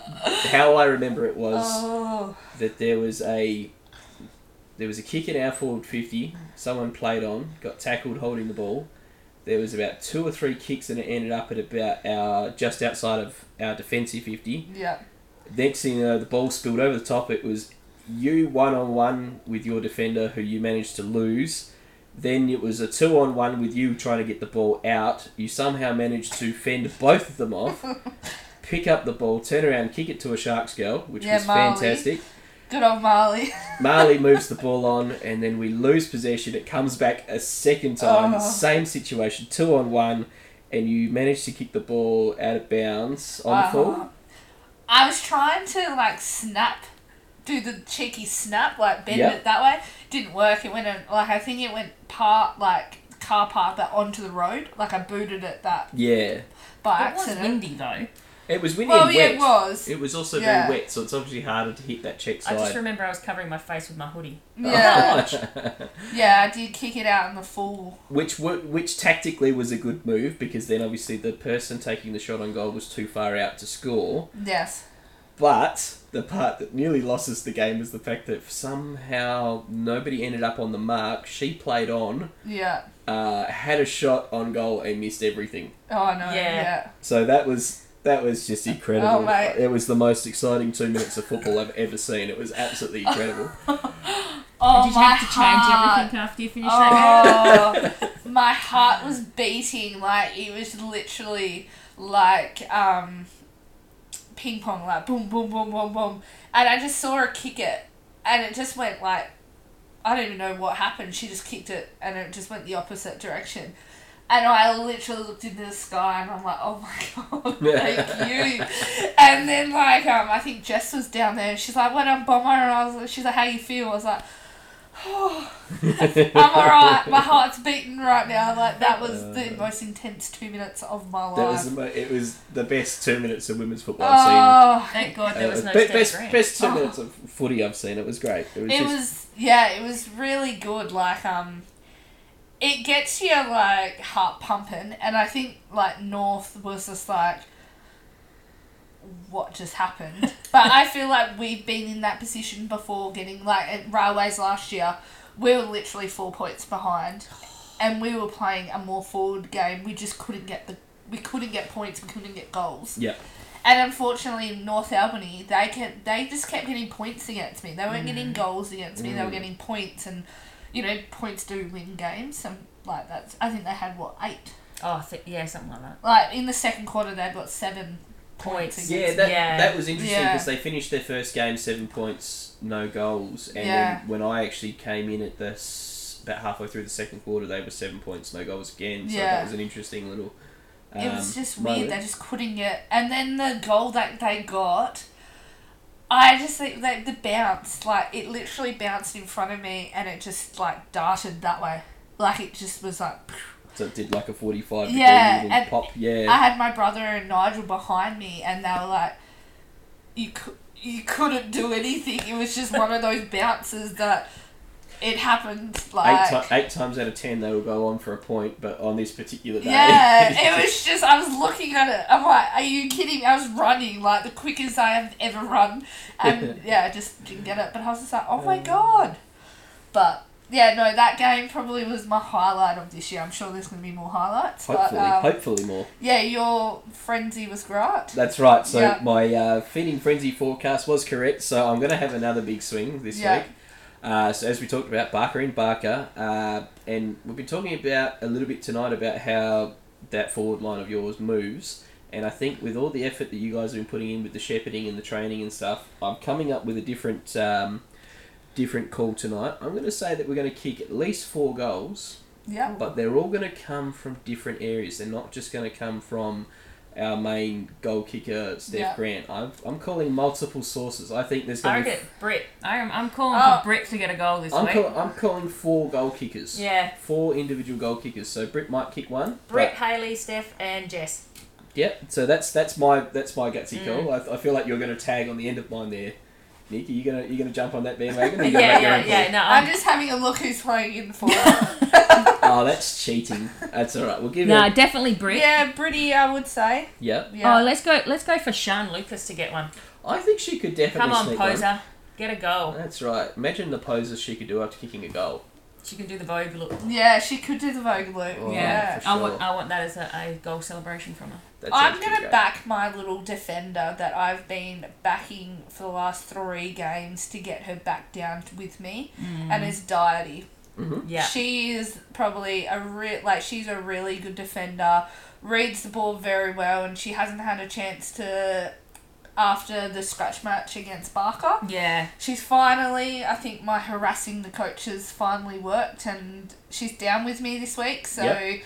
How I remember it was
Oh.
that there was a there was a kick in our forward fifty. Someone played on, got tackled holding the ball. There was about two or three kicks, and it ended up at about our just outside of our defensive fifty.
Yeah.
Next thing you know, the ball spilled over the top. It was you one on one with your defender, who you managed to lose. Then it was a two on one with you trying to get the ball out. You somehow managed to fend both of them off, pick up the ball, turn around, kick it to a Sharks girl, which
Yeah,
was
Marley.
fantastic.
Good old Marley.
Marley moves the ball on, and then we lose possession. It comes back a second time,
Oh.
same situation, two on one, and you manage to kick the ball out of bounds on the
Uh-huh.
full.
I was trying to like snap, do the cheeky snap, like bend
Yeah.
it that way. Didn't work. It went in, like I think it went part like car park but onto the road. Like I booted it that
Yeah,
by
It was
accident.
windy though.
it was windy
well,
and
yeah,
wet.
it was.
It was also
Yeah.
very wet, so it's obviously harder to hit that check
I
side. Oh,
just remember I was covering my face with my hoodie.
Yeah, yeah. I did kick it out in the full.
which wa- which tactically was a good move because then obviously the person taking the shot on goal was too far out to score.
Yes.
But the part that nearly lost us the game was the fact that somehow nobody ended up on the mark. She played on,
Yeah.
uh, had a shot on goal, and missed everything.
Oh no. Yeah.
Yeah.
So that was that was just incredible.
Oh, mate.
It was the most exciting two minutes of football I've ever seen. It was absolutely incredible.
Oh
Did you
my
have to change
heart.
everything after you finished that game?
Oh, my heart was beating like it was literally like um, ping pong, like boom, boom, boom, boom, boom, and I just saw her kick it, and it just went like I don't even know what happened. She just kicked it, and it just went the opposite direction. And I literally looked into the sky and I'm like, oh my god, thank you. and then, like, um, I think Jess was down there and she's like, what up, bomber? And I was like, she's like, how you feel? I was like, oh, I'm alright. My heart's beating right now. Like that was the most intense two minutes of my life.
Uh, That was the, mo- it was the best two minutes of women's football I've seen.
oh,
Thank God
Uh,
there was no
be-
Steve
best,
Grant.
best two
Oh.
minutes of footy I've seen. It was great. It was
it
just
was yeah, it was really good. Like um, it gets your like heart pumping, and I think like North was just like, what just happened? but I feel like we've been in that position before, getting like at Railways last year. We were literally four points behind, and we were playing a more forward game. We just couldn't get the we couldn't get points. We couldn't get goals.
Yep.
And unfortunately, North Albany they kept they just kept getting points against me. They weren't getting goals against me. They were
Mm.
getting points, and you know points do win games. And like that's I think they had what eight.
Oh, I think- yeah, something like that.
Like in the second quarter, they got seven points.
Points.
against
Yeah,
me.
that,
Yeah.
that was interesting
Yeah.
because they finished their first game seven points, no goals, and
Yeah.
then when I actually came in at this about halfway through the second quarter, they were seven points, no goals again. So
Yeah.
that was an interesting little. Um,
It was just
moment.
weird. They just couldn't get. And then the goal that they got, I just think that the bounce, like it literally bounced in front of me, and it just like darted that way. Like it just was like
So it did like a forty-five
Yeah,
degree little
and
pop.
I
Yeah.
had my brother and Nigel behind me, and they were like, "You cou- you couldn't do anything. It was just one of those bounces that it happened like."
Eight, ti- eight times out of ten, they will go on for a point, but on this particular day,
Yeah, it was just I was looking at it. I'm like, are you kidding? me? I was running like the quickest I have ever run, and yeah, I just didn't get it. But I was just like, oh my
Um.
god! But yeah, no, that game probably was my highlight of this year. I'm sure there's gonna be more highlights.
hopefully,
but, um,
hopefully more.
yeah, your frenzy was great.
That's right. So
Yeah.
my uh, feeding frenzy forecast was correct. So I'm going to have another big swing this
Yeah.
week. Uh, so as we talked about Barker and Barker, uh, and we've been talking about a little bit tonight about how that forward line of yours moves. And I think with all the effort that you guys have been putting in with the shepherding and the training and stuff, I'm coming up with a different um, different call tonight. I'm going to say that we're going to kick at least four goals
Yeah,
but they're all going to come from different areas. They're not just going to come from our main goal kicker, Steph
Yeah.
Grant. I'm, I'm calling multiple sources. I think there's
I
going to be.
reckon Brit.
I'm, I'm calling
Oh.
for Britt to get a goal this
I'm,
week.
call, I'm calling four goal kickers.
Yeah,
Four individual goal kickers. So Britt might kick one.
Brit,
but-
Haley, Steph, and Jess.
Yep. So that's that's my that's my gutsy
Mm.
call. I, I feel like you're going to tag on the end of mine there, Nick. Are you gonna you gonna jump on that bandwagon? or you gonna
yeah,
make your
yeah,
own call?
yeah. No,
I'm
I'm,
just having a look who's playing in for.
Oh, that's cheating. That's all right. We'll give
Nah,
it.
definitely Britt.
yeah, pretty, I would say.
Yep.
Yeah.
Oh, let's go. Let's go for Shan.
Shan Lucas to get one.
I think she could definitely
Come on,
sneak one.
poser, get a goal.
That's right. Imagine the poses she could do after kicking a goal.
She can do the Vogue look.
yeah, she could do the Vogue loop.
Oh,
yeah.
for
I want,
sure.
I want that as a, a goal celebration from her.
That's
I'm
actually
going to
great.
back my little defender that I've been backing for the last three games to get her back down t- with me, and is Diety.
Mhm.
Yeah.
She is probably a real, like, she's a really good defender, reads the ball very well, and she hasn't had a chance to, after the scratch match against Barker.
Yeah.
She's finally, I think my harassing the coaches finally worked, and she's down with me this week. So,
Yep.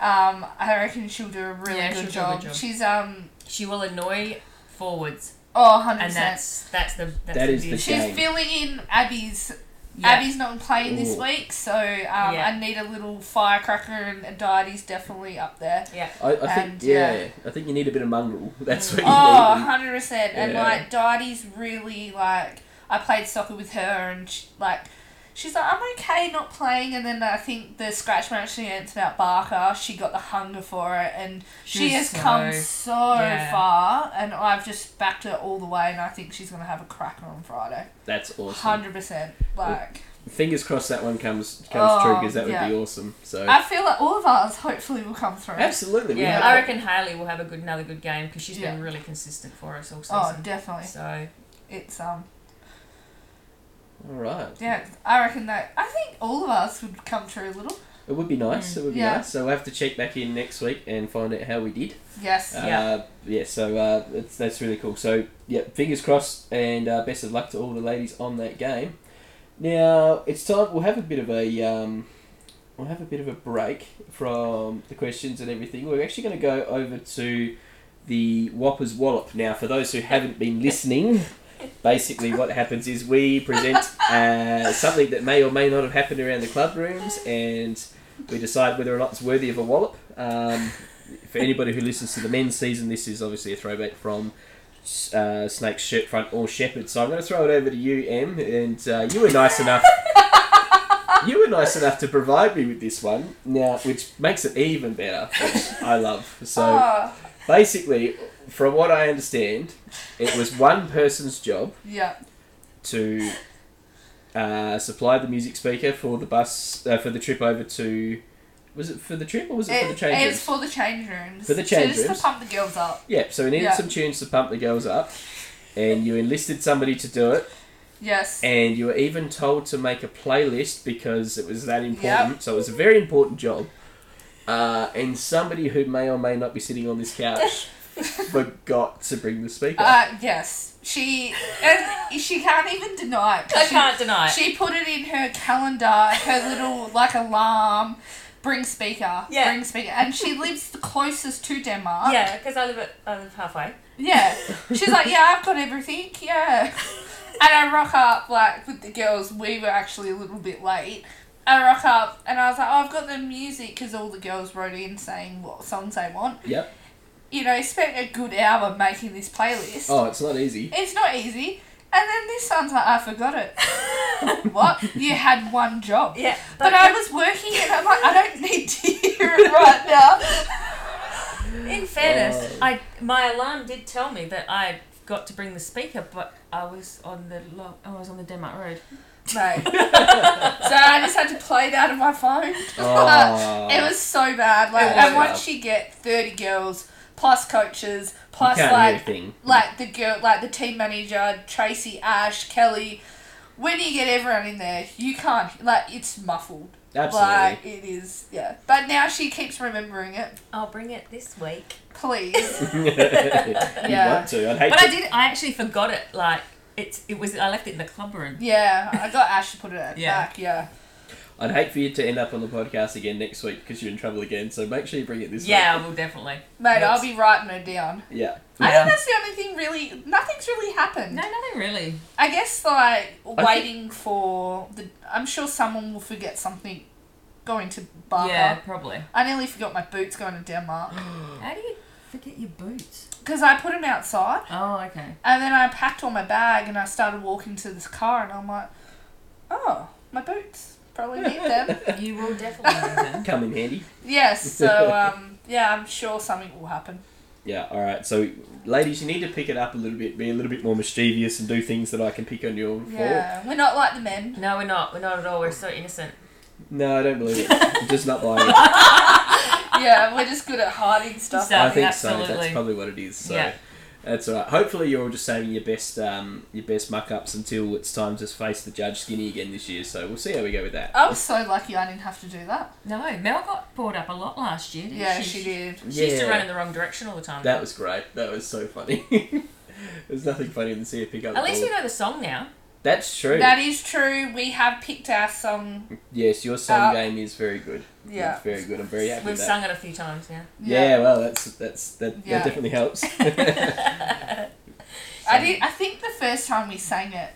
um, I reckon she'll do a really
Yeah, she'll
good,
do a
job.
good job.
She's um,
She will annoy forwards,
oh, 100
and
percent.
that's that's the that's
That
the
is the
beauty.
She's
Game.
filling in Abby's.
Yeah.
Abby's not playing this
Ooh.
week, so um,
Yeah.
I need a little firecracker, and Diety's definitely up there.
I, I think
And,
yeah,
yeah.
I think you need a bit of mongrel. That's what you
Oh,
need.
100%. And,
Yeah.
like, Diety's really, like, I played soccer with her and, she, like, she's like, I'm okay not playing. And then I think the scratch match against Mount Barker, she got the hunger for it. And she,
She
has
was
come
so-
so
yeah.
far. And I've just backed her all the way. And I think she's going to have a cracker on Friday.
That's awesome.
100%. Like,
Fingers crossed that one comes comes
Oh,
true because that would
yeah.
be awesome. So
I feel like all of ours hopefully will come through.
absolutely, we
Yeah,
have
I
that.
reckon Haley will have a good another good game because she's been
Yeah.
really consistent for us all
Oh,
season.
definitely.
so
It's, um,
All right,
yeah, I reckon that, I think all of us would come true a little.
it would be nice. It would be
Mm, Yeah.
nice. So we'll have to check back in next week and find out how we did.
Yes.
Uh, yeah. So uh, that's that's really cool. So yeah, fingers crossed, and uh, best of luck to all the ladies on that game. Now it's time. We'll have a bit of a um, we'll have a bit of a break from the questions and everything. We're actually going to go over to the Whoppers Wallop now. For those who haven't been listening. Basically, what happens is we present uh, something that may or may not have happened around the club rooms, and we decide whether or not it's worthy of a wallop. Um, for anybody who listens to the men's season, this is obviously a throwback from uh, Snake's shirt front or Shepherd. So I'm going to throw it over to you, Em, and uh, you were nice enough. You were nice enough to provide me with this one now, which makes it even better, which I love. So
Oh,
basically, from what I understand, it was one person's job
yeah.
to uh, supplied the music speaker for the bus uh, for the trip over to. Was it for the trip or was it, for the
It,
change?
it
rooms?
was for the change rooms.
For the
So
change
just
rooms.
to pump the girls up.
Yep, so we needed
Yeah.
some tunes to pump the girls up, and you enlisted somebody to do it,
Yes.
and you were even told to make a playlist because it was that important. So it was a very important job. Uh, and somebody who may or may not be sitting on this couch forgot to bring the speaker.
Uh, yes. She and she can't even deny it.
I can't deny it.
She put it in her calendar, her little like alarm, bring speaker,
Yeah.
bring speaker, and she lives the closest to Denmark.
yeah, because I live at, I live halfway.
Yeah. She's like, yeah, I've got everything. Yeah. And I rock up like with the girls. We were actually a little bit late. I rock up and I was like, oh, I've got the music because all the girls wrote in saying what songs they want.
yep.
You know, spent a good hour making this playlist.
Oh, it's not easy.
It's not easy. And then this sounds like I forgot it. what? You had one job.
Yeah,
But I was working and I'm like, I don't need to hear it right now.
in fairness,
Oh.
I my alarm did tell me that I got to bring the speaker, but I was on the lo- I was on the Denmark Road.
Mate. so I just had to play it out of my phone.
Oh.
it was so bad. Like,
It was
and once
bad.
you get thirty girls plus coaches
You
plus
can't hear a
like
thing.
like the girl like the team manager Tracy Ash Kelly, when you get everyone in there, you can't like it's muffled.
Absolutely.
Like it is, yeah. But now she keeps remembering it.
I'll bring it this week.
Please,
You'd
Yeah.
want to. I'd hate
But
to.
I did. I actually forgot it. Like it's it was. I left it in the club room.
yeah. I got Ash to put it at
Yeah.
back. Yeah.
I'd hate for you to end up on the podcast again next week because you're in trouble again. So make sure you bring it this
yeah,
week.
I will definitely.
Mate,
Yes.
I'll be writing her down.
Yeah.
I
Yeah.
think that's the only thing really. Nothing's really happened.
No, nothing really.
I guess like
thi-
waiting for the. I'm sure someone will forget something. Going to Barker.
Yeah, probably.
I nearly forgot my boots going to Denmark
Hmm.
How do you forget your boots?
because I put them outside
Oh, okay.
and then I packed all my bag and I started walking to this car and I'm like, oh, my boots probably need them.
You will definitely need them.
Come in handy.
yes, so um, yeah, I'm sure something will happen.
Yeah, all right. So, ladies, you need to pick it up a little bit, be a little bit more mischievous, and do things that I can pick on you for.
Yeah, we're not like the men.
No, we're not. We're not at all. We're so innocent.
No, I don't believe it. I'm just not buying it.
yeah, we're just good at hiding stuff.
I
Stuff.
think so. That's
Absolutely.
probably what it is. So.
Yeah.
That's all right. Hopefully, you're all just saving your best, um, your best muck ups until it's time to face the judge skinny again this year. So we'll see how we go with that.
I was so lucky I didn't have to do that.
No, Mel got brought up a lot last year. Didn't
Yeah,
she?
she did.
She used to run in the wrong direction all the time.
That was great. That was so funny. There's nothing funny than seeing her pick up.
At
the
least
ball.
we know the song now.
That's true.
That is true. We have picked our song.
yes, your song
Uh,
game is very good.
Yeah.
It's very good. I'm very happy
We've
with that.
sung it a few times now.
Yeah, well, that's that's that,
Yeah.
that definitely helps.
I did. I think the first time we sang it,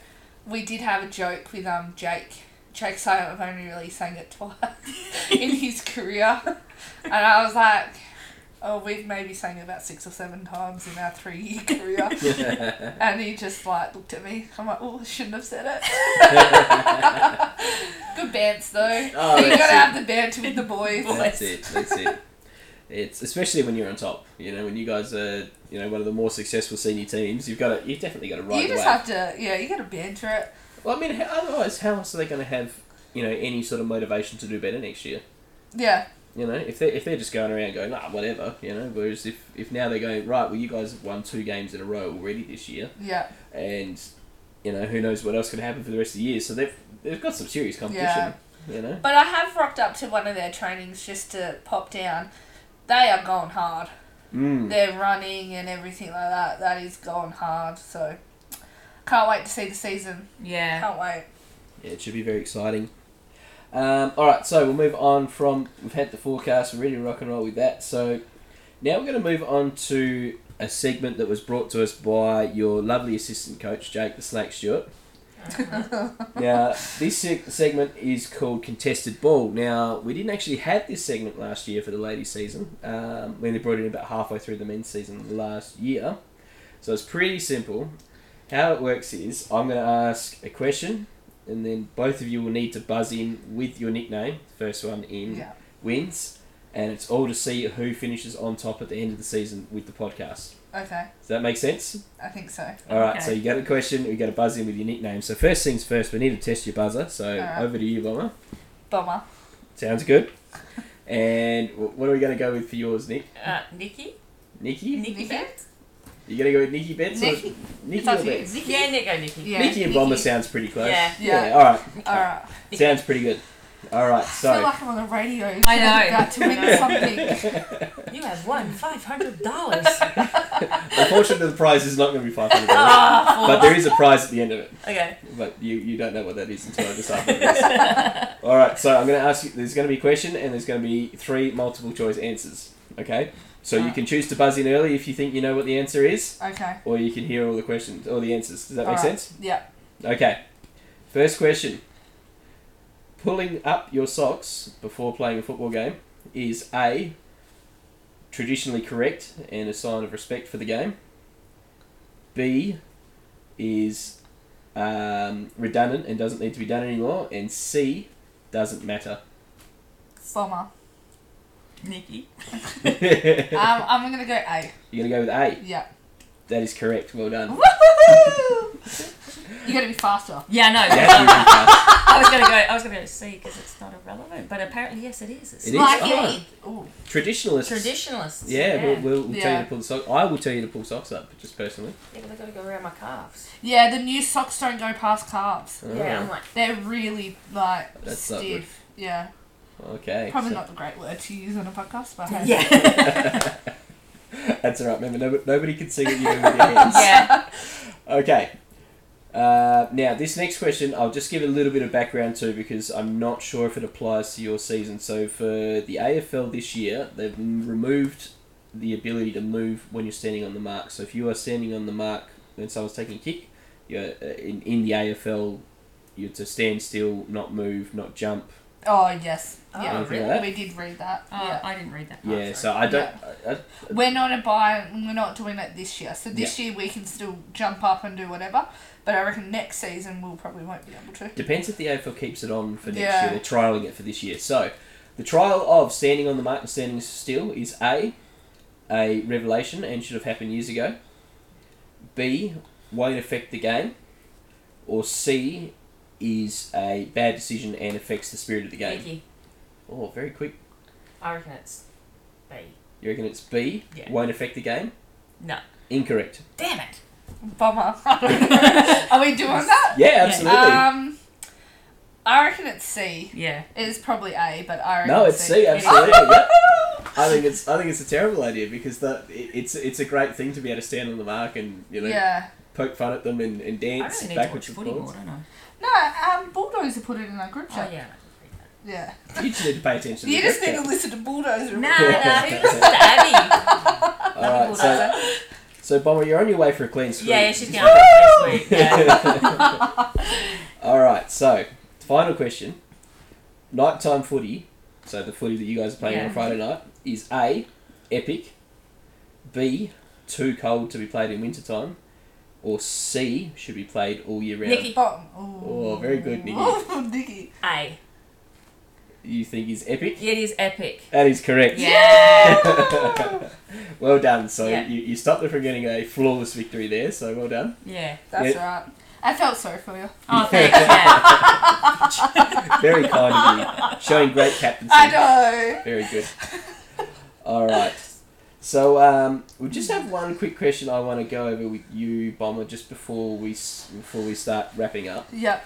we did have a joke with um Jake. Jake Silent have only really sang it twice in his career, and I was like, "Oh, we've maybe sang it about six or seven times in our three-year career." and he just like looked at me. I'm like, "Oh, I shouldn't have said it." Good bands though.
Oh,
you gotta
that's it.
have the banter with the boys.
that's it. That's it. It's especially when you're on top. You know, when you guys are, you know, one of the more successful senior teams, you've got to, you definitely got to ride
you
the
just
wave.
have to, yeah. You gotta banter it.
Well, I mean, how, otherwise, how else are they going to have, you know, any sort of motivation to do better next year?
Yeah,
You know, if they if they're just going around going, ah, whatever, you know. Whereas if if now they're going right, well, you guys have won two games in a row already this year,
yeah,
and you know who knows what else could happen for the rest of the year. So they've they've got some serious competition.
Yeah.
You know.
But I have rocked up to one of their trainings just to pop down. They are going hard.
Mm.
They're running and everything like that. That is going hard. So can't wait to see the season.
Yeah.
Can't wait.
Yeah, it should be very exciting. Um, all right, so we'll move on from we've had the forecast. We're ready to rock and roll with that. So now we're going to move on to a segment that was brought to us by your lovely assistant coach, Jake the Snake Stewart. now this seg- segment is called contested ball. Now we didn't actually have this segment last year for the ladies' season. Um, we only brought it in about halfway through the men's season last year, so it's pretty simple. How it works is I'm going to ask a question, Hmm. and then both of you will need to buzz in with your nickname. First one in
Yeah.
wins, and it's all to see who finishes on top at the end of the season with the podcast.
Okay,
Does that make sense?
I think so.
All right. So
Okay.
you got a question. We got to buzz in with your nickname. So first things first, we need to test your buzzer. So
All right.
over to you, Bomber.
Bomber.
Sounds good. And wh- what are we going to go with for yours, Nick?
Uh, Nikki?
Nikki?
Nikki
Nikki?
Betts?
You going to go with Nikki Betts? or-
Nikki.
Nikki
It's up
or
to you.
Betts?
Yeah, Nico, Nikki.
Yeah.
Nikki and Bomber
Nikki.
sounds pretty close.
Yeah.
Yeah,
Yeah.
alright.
All right.
Sounds pretty good. Alright,
I feel
so.
like I'm on the radio.
I know.
About to win something.
You have won five hundred dollars.
Unfortunately, the prize is not going to be $500.
Oh.
but there is a prize at the end of it.
Okay.
But you, you don't know what that is until I decide what it is. Alright, so I'm going to ask you there's going to be a question and there's going to be three multiple choice answers. Okay? So you
Alright.
can choose to buzz in early if you think you know what the answer is,
Okay.
or you can hear all the questions, all the answers. Does that make
Alright.
sense?
Yeah.
Okay. First question. Pulling up your socks before playing a football game is A, traditionally correct and a sign of respect for the game. B, is um, redundant and doesn't need to be done anymore. And C, doesn't matter.
Bomber.
Nikki.
You're going
Um, I'm gonna go A.
to go with A.
Yeah.
That is correct. Well done.
Woohoo! you gotta be faster.
Yeah, no.
That's really fast.
I was gonna go. I was gonna go C because it's not irrelevant, but apparently yes, it is. It's
It is.
like
Oh.
it. Ooh.
Traditionalists.
Traditionalists.
yeah, we'll, we'll, we'll tell you
Yeah.
to pull the socks. I will tell you to pull socks up, just personally.
Yeah, but they gotta go around my calves.
Yeah, the new socks don't go past calves.
Oh.
Yeah, I'm like,
They're really like
That's not good.
stiff. Yeah.
Okay.
Probably
so-
not the great word to use on a podcast, but hey.
yeah,
That's all right. Remember, nobody, nobody can see what you're doing with your hands.
yeah.
Okay. Uh, now, this next question, I'll just give a little bit of background to because I'm not sure if it applies to your season. So, for the AFL this year, they've m- removed the ability to move when you're standing on the mark. So, if you are standing on the mark when someone's taking a kick, you're uh, in, in the AFL. You're to stand still, not move, not jump.
Oh yes.
Oh,
yeah.
Anything like that?
We did read that.
Oh,
yeah.
I didn't read that. Part,
Yeah,
sorry.
so I don't. I, I,
We're not a buy. We're not doing it this year. So this year we can still jump up and do whatever. But I reckon next season we'll probably won't be able to.
Depends if the AFL keeps it on for next
Yeah.
year. They're trialing it for this year. So, the trial of standing on the mark and standing still is A, a revelation and should have happened years ago. B, won't affect the game. Or C, is a bad decision and affects the spirit of the game.
Nikki.
Oh, very quick.
I reckon it's B.
You reckon it's B,
Yeah.
won't affect the game?
No.
Incorrect.
Damn it.
Bummer. Are we doing that?
Yeah, absolutely.
Um, I reckon it's C.
yeah.
It's probably A, but I reckon
No, it's C, absolutely. yeah. I think it's I think it's a terrible idea because that it, it's it's a great thing to be able to stand on the mark and you know
Yeah.
poke fun at them and, and
I
dance
really need to watch
backwards and
footy more,
forwards.
don't I?
No, um, Bulldozer put it in our group
Oh
chat.
yeah.
yeah.
You just need to pay attention.
You
to the
just need to
group
listen to Bulldozer.
Nah, nah. Who's Abby?
chat. All right, so so Bomber, you're on your way for a clean sweep.
Yeah, yeah, she's going next week. Yeah.
All right, so final question: nighttime footy, so the footy that you guys are playing on
Yeah.
Friday night is a epic, b too cold to be played in wintertime, or c should be played all year round.
Nikki.
Bottom.
Oh, very good, Nikki.
Oh, Nikki.
A.
You think is epic?
It is epic.
That is correct.
Yeah.
well done. So
Yeah.
you, you stopped them from getting a flawless victory there. So well done.
Yeah.
That's
Yeah.
right. I felt sorry for you.
Oh, thanks. Yeah.
Very kind of you. Showing great captaincy.
I know.
Very good. All right. So um, we just have one quick question I want to go over with you, Bomber, just before we s- before we start wrapping up.
Yep.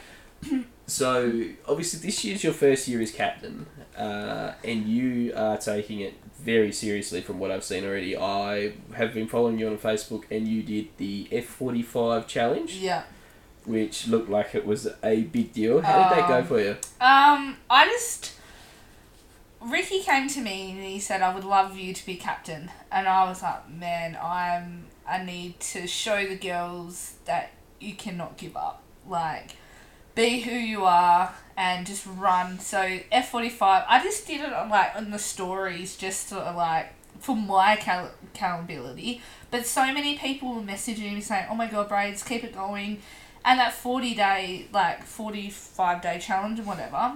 So obviously this year's your first year as captain, uh, and you are taking it very seriously from what I've seen already. I have been following you on Facebook, and you did the F forty five challenge,
Yeah.
which looked like it was a big deal. How did that go
Um,
for you?
Um, I just Ricky came to me and he said, "I would love you to be captain," and I was like, "Man, I'm. I need to show the girls that you cannot give up. Like, be who you are and just run." So F forty five. I just did it on like on the stories, just to like for my account- accountability. But so many people were messaging me saying, "Oh my god, braids, keep it going." And that 40 day, like 45 day challenge and whatever,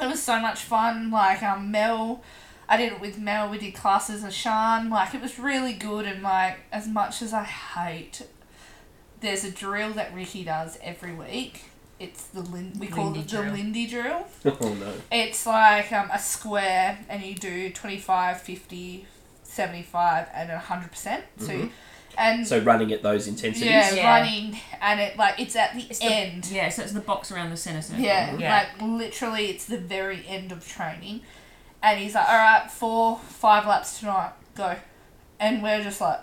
it was so much fun. Like, um, Mel I did it with Mel. We did classes of Sean. Like it was really good. And like as much as I hate, there's a drill that Ricky does every week. It's the Lin- we call
Lindy
it the
drill.
Lindy drill.
oh no.
It's like um, a square and you do 25, 50, 75 and 100%. So
Mhm.
and
So running at those intensities.
yeah,
Yeah.
running and it like it's at the
It's the-
end.
Yeah, so it's the box around the centre circle.
Yeah,
Yeah.
like literally, it's the very end of training, and he's like, "All right, four, five laps tonight, go," and we're just like,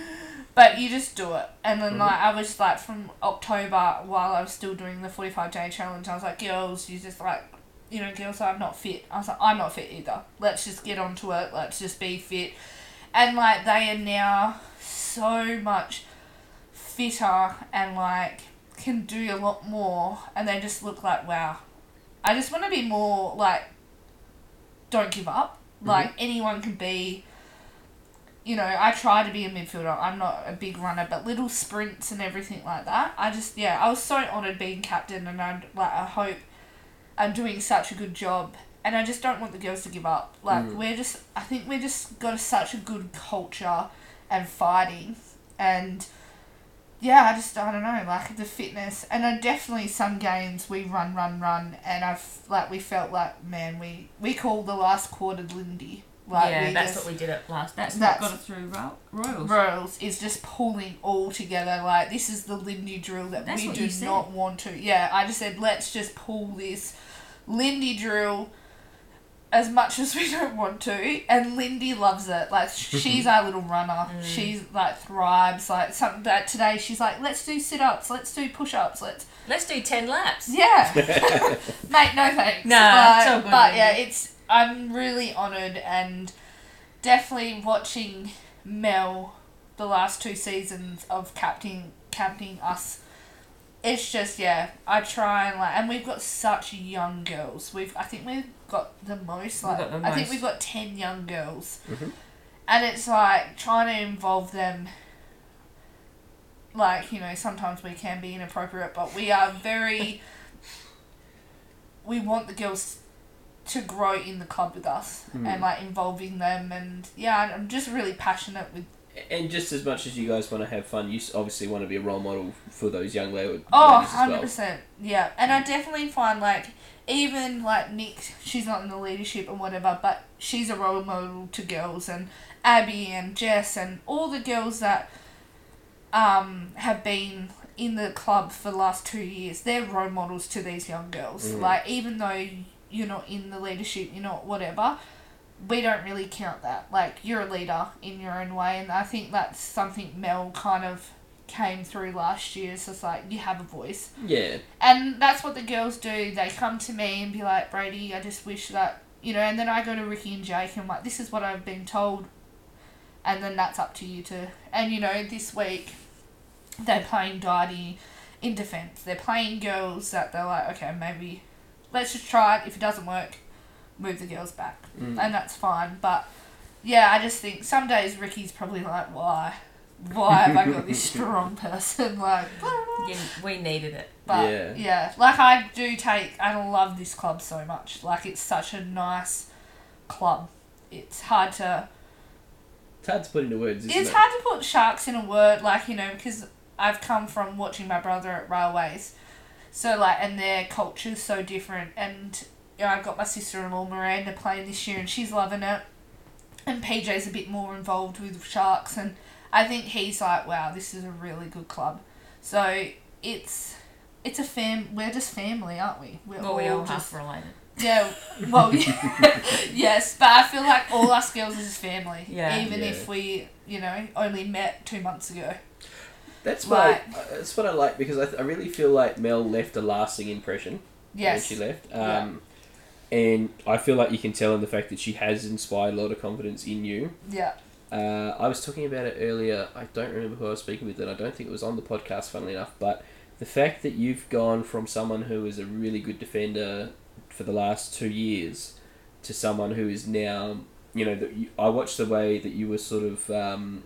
"But you just do it." And then like I was like from October while I was still doing the forty five day challenge, I was like, "Girls, you just like." You know, girls, I'm not fit. I was like, I'm not fit either. Let's just get onto it. Let's just be fit. And like, they are now so much fitter and like can do a lot more and they just look like wow i just want to be more like don't give up like anyone can be you know i try to be a midfielder i'm not a big runner but little sprints and everything like that i just yeah i was so honored being captain and i like i hope i'm doing such a good job and i just don't want the girls to give up like
Mm.
we're just i think we just got such a good culture and fighting and yeah, I just I don't know, like the fitness, and I definitely some games we run, run, run, and I've like we felt like man, we we called the last quarter Lindy, like
yeah,
we
that's
just,
what we did at last.
That's,
That's-
what got it through Ro- Royals.
Royals is just pulling all together. Like this is the Lindy drill that
That's
we
what
do
you said.
not want to. Yeah, I just said let's just pull this Lindy drill as much as we don't want to, and Lindy loves it. Like she's our little runner. She's like thrives. Like something that today she's like let's do sit ups, let's do push ups, let's
Let's do ten laps.
yeah. Mate, no thanks.
No,
but,
it's all good,
But
really.
yeah, it's I'm really honoured and definitely watching Mel the last two seasons of captaining captaining us. It's just yeah, I try and like, and we've got such young girls. We've I think we've got the most
We've
like
got the
I think
most.
we've got ten young girls,
Mhm.
and it's like trying to involve them like you know sometimes we can be inappropriate but we are very we want the girls to grow in the club with us and like involving them and yeah and i'm just really passionate with
And just as much as you guys want to have fun, you s- obviously want to be a role model for those young la- ladies
oh
as
100%
well.
yeah and i definitely find like even like nick she's not in the leadership and whatever but she's a role model to girls and abby and jess and all the girls that um, have been in the club for the last two years. They're role models to these young girls.
Mm.
Like, even though you're not in the leadership, you're not whatever, we don't really count that. Like, you're a leader in your own way. And I think that's something Mel kind of came through last year. It's just like, you have a voice.
Yeah,
And that's what the girls do. They come to me and be like, Brady, I just wish that, you know, and then I go to Ricky and Jake and I'm like, this is what I've been told. And then that's up to you to. And, you know, this week they're playing Diety in defense. They're playing girls that they're like, okay, maybe let's just try it. If it doesn't work, move the girls back.
Mm.
And that's fine. But yeah, I just think some days Ricky's probably like, why? Why have I got this strong person? Like,
Yeah, we needed it.
but
Yeah.
yeah. like I do take, I love this club so much. Like it's such a nice club. It's hard to,
it's hard to put into words, isn't
it's
it?
hard to put sharks in a word, like you know, because I've come from watching my brother at railways, so like, and their culture's so different. And you know, I've got my sister in law Miranda playing this year, and she's loving it. And PJ's a bit more involved with sharks, and I think he's like, wow, this is a really good club. So it's it's a fam. We're just family, aren't we? We're
Well, we all
just
half related.
yeah. Well, yes, but I feel like all us girls is family.
Yeah.
Even
Yeah.
if we, you know, only met two months ago.
That's what I-
Like-
uh, that's what I like because I, th- I really feel like Mel left a lasting impression
Yes.
when she left,
Yeah.
um, and I feel like you can tell in the fact that she has inspired a lot of confidence in you.
Yeah.
Uh, I was talking about it earlier. I don't remember who I was speaking with, and I don't think it was on the podcast, funnily enough. But the fact that you've gone from someone who is a really good defender for the last two years to someone who is now, you know, that you, I watched the way that you were sort of, um,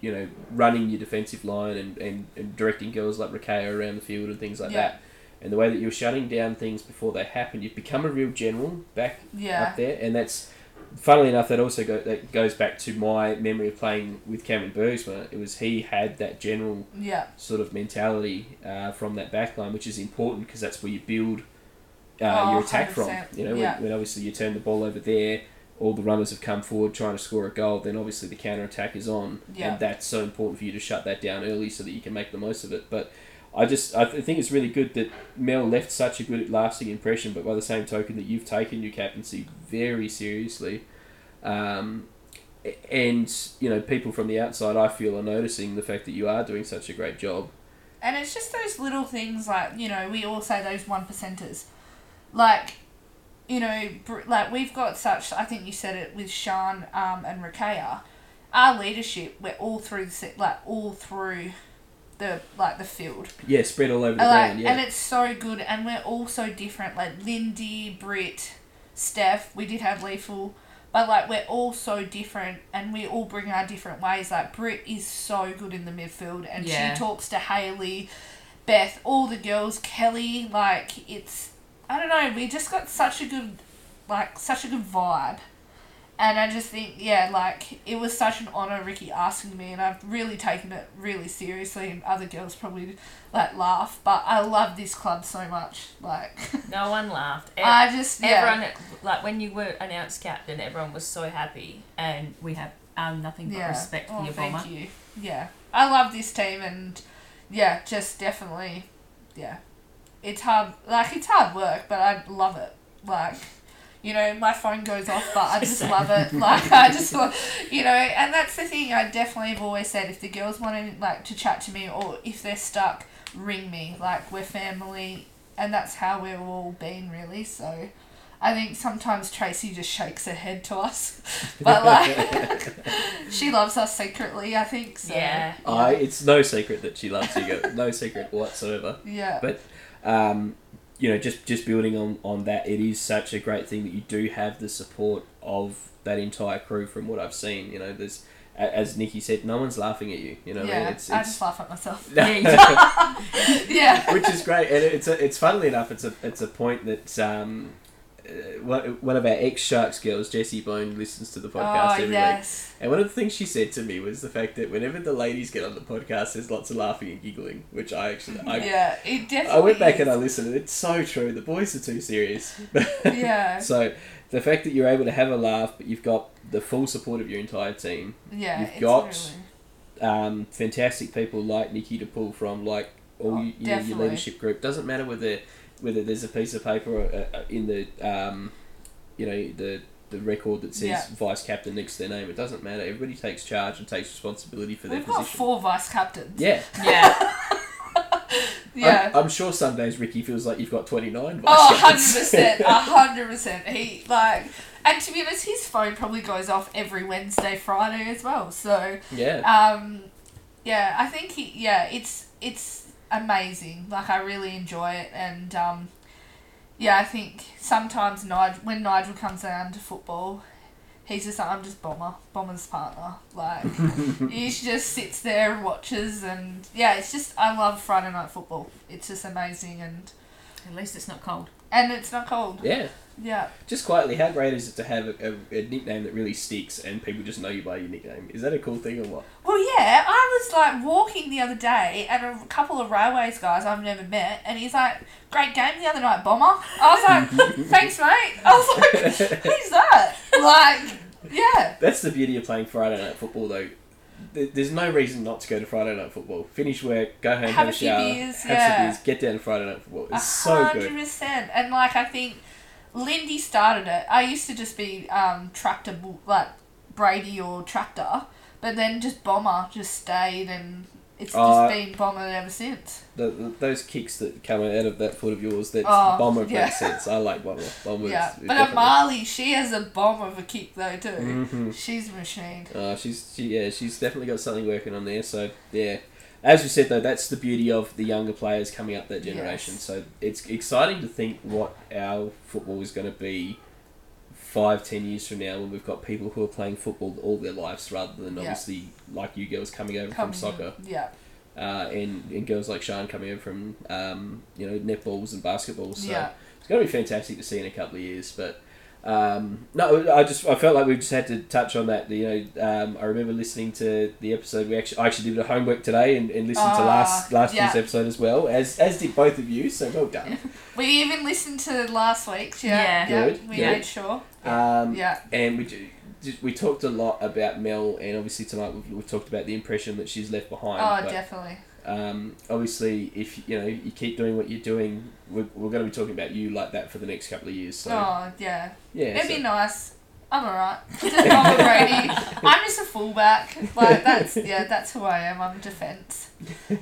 you know, running your defensive line and, and, and directing girls like Rakeo around the field and things like
Yeah.
that. And the way that you're shutting down things before they happen, you've become a real general back
Yeah.
up there, and that's funnily enough, that also go, that goes back to my memory of playing with Cameron Bergsma. It was he had that general
Yeah.
sort of mentality uh, from that back line, which is important because that's where you build uh,
Oh,
your attack from.
100%,
You know,
yeah.
when, when obviously you turn the ball over there, all the runners have come forward trying to score a goal, then obviously the counter attack is on.
Yeah.
And that's so important for you to shut that down early so that you can make the most of it. But I just I th- think it's really good that Mel left such a good lasting impression, but by the same token that you've taken your captaincy very seriously. Um, a- and you know, people from the outside, I feel, are noticing the fact that you are doing such a great job.
And it's just those little things like, you know, we all say those one percenters. Like, you know, br- like we've got such, I think you said it with Sean um, and Rakea. Our leadership, we're all through the, se- like, all through the, like, the field.
Yeah, spread all over the
And, like,
ground. Yeah,
And it's so good, and we're all so different. Like Lindy, Britt, Steph. We did have Lethal, but like we're all so different, and we all bring our different ways. Like Britt is so good in the midfield, and
Yeah.
she talks to Haley, Beth, all the girls, Kelly. Like it's, I don't know. We just got such a good, like such a good vibe. And I just think, yeah, like it was such an honor, Ricky asking me, and I've really taken it really seriously. And other girls probably like laugh, but I love this club so much. Like,
No one laughed.
E-
Ev-
I just yeah,
Everyone, like when you were announced captain, everyone was so happy.
and we have um, nothing but
yeah.
respect for
Oh,
your
thank
bomber.
you. Yeah, I love this team, and yeah, just definitely, yeah, it's hard. Like it's hard work, but I love it. Like. You know, my phone goes off, but I just love it. Like I just, lo- you know, and that's the thing. I definitely have always said, if the girls want to like to chat to me, or if they're stuck, ring me. Like we're family, and that's how we've all been really. So, I think sometimes Tracy just shakes her head to us, but like she loves us secretly. I think so.
Yeah.
I, it's no secret that she loves you. no secret whatsoever.
Yeah.
But um, you know, just just building on on that, it is such a great thing that you do have the support of that entire crew. From what I've seen, you know, there's a- as Nikki said, no one's laughing at you. You know, what I mean?
yeah.
it's
I
it's
just laugh at myself.
Yeah, you
Yeah.
which is great, and it's a, it's funnily enough, it's a it's a point that um, uh, one one of our ex Sharks girls, Jessie Bone, listens to the podcast
oh
every week.
yes.
And one of the things she said to me was the fact that whenever the ladies get on the podcast, there's lots of laughing and giggling, which I actually I,
yeah. It
I
definitely.
went back
is.
and I listened, and it's so true. The boys are too serious.
Yeah.
so the fact that you're able to have a laugh, but you've got the full support of your entire team,
Yeah.
You've
it's
got
really-
um, fantastic people like Nikki to pull from, like all
Oh,
you, you know, your
definitely.
leadership group. Doesn't matter whether whether there's a piece of paper or, uh, uh, in the um, you know the the record that says
Yeah.
vice captain next to their name. It doesn't matter. Everybody takes charge and takes responsibility for their
We've got
position.
four vice captains.
Yeah,
yeah.
Yeah.
I'm, I'm sure some days Ricky feels like you've got 29 vice
Oh,
captains.
100%. 100%. He, like, and to be honest, his phone probably goes off every Wednesday, Friday as well. So,
yeah.
um, yeah, I think he, yeah, it's it's amazing. Like I really enjoy it, and um, yeah, I think sometimes Nigel when Nigel comes down to football, he's just like I'm just bomber, bomber's partner. Like he just sits there and watches, and yeah, it's just I love Friday night football. It's just amazing, and
At least it's not cold.
and it's not cold.
yeah.
Yeah,
Just quietly, how great is it to have a, a, a nickname that really sticks and people just know you by your nickname? Is that a cool thing or what?
Well, yeah, I was like walking the other day, and a couple of railways guys I've never met, and he's like, "Great game the other night, bomber." I was like, "Thanks, mate." I was like, "Who's that?" Like, yeah,
That's the beauty of playing Friday Night Football, though. Th- There's no reason not to go to Friday Night Football. Finish work, go home, have,
Have
a
a few
shower, have
beers,
some
yeah.
beers, get down to Friday Night Football.
a
It's so
hundred
good.
percent. And like, I think Lindy started it. I used to just be um, tractor, bu- like Brady or tractor, but then just bomber just stayed, and it's
Uh,
just been bomber ever since.
The, the, those kicks that come out of that foot of yours, that's
Oh,
bomber
yeah.
makes sense. I like bomber. Bomber.
yeah, but Amali, she has a bomb of a kick though too.
hmm
She's a machine.
Uh, she's she, yeah, she's definitely got something working on there. So yeah, as we said though, that's the beauty of the younger players coming up that generation.
Yes.
So it's exciting to think what our football is going to be five, ten years from now when we've got people who are playing football all their lives rather than
Yeah.
obviously like you girls coming over
Come-
from soccer
Yeah.
uh, and and girls like Sean coming over from um, you know netballs and basketballs. So
Yeah.
it's going to be fantastic to see in a couple of years, but. Um, no, I just I felt like we just had to touch on that. You know, um, I remember listening to the episode. We actually I actually did the homework today and, and listened to
Ah,
last last
yeah.
week's episode as well as as did both of you. So well done.
We even listened to last week's.
Yeah.
Yeah, yeah.
Good,
we
good.
made sure.
Um,
Yeah,
and we do, just- we talked a lot about Mel, and obviously tonight we've, we've talked about the impression that she's left behind.
oh,
but,
definitely.
um, obviously, if you know you keep doing what you're doing, we're, we're going to be talking about you like that for the next couple of years. So
oh, yeah.
yeah,
It'd
so-
be nice. I'm alright. Just Robert Brady. I'm just a fullback. Like that's yeah, that's who I am. I'm defence.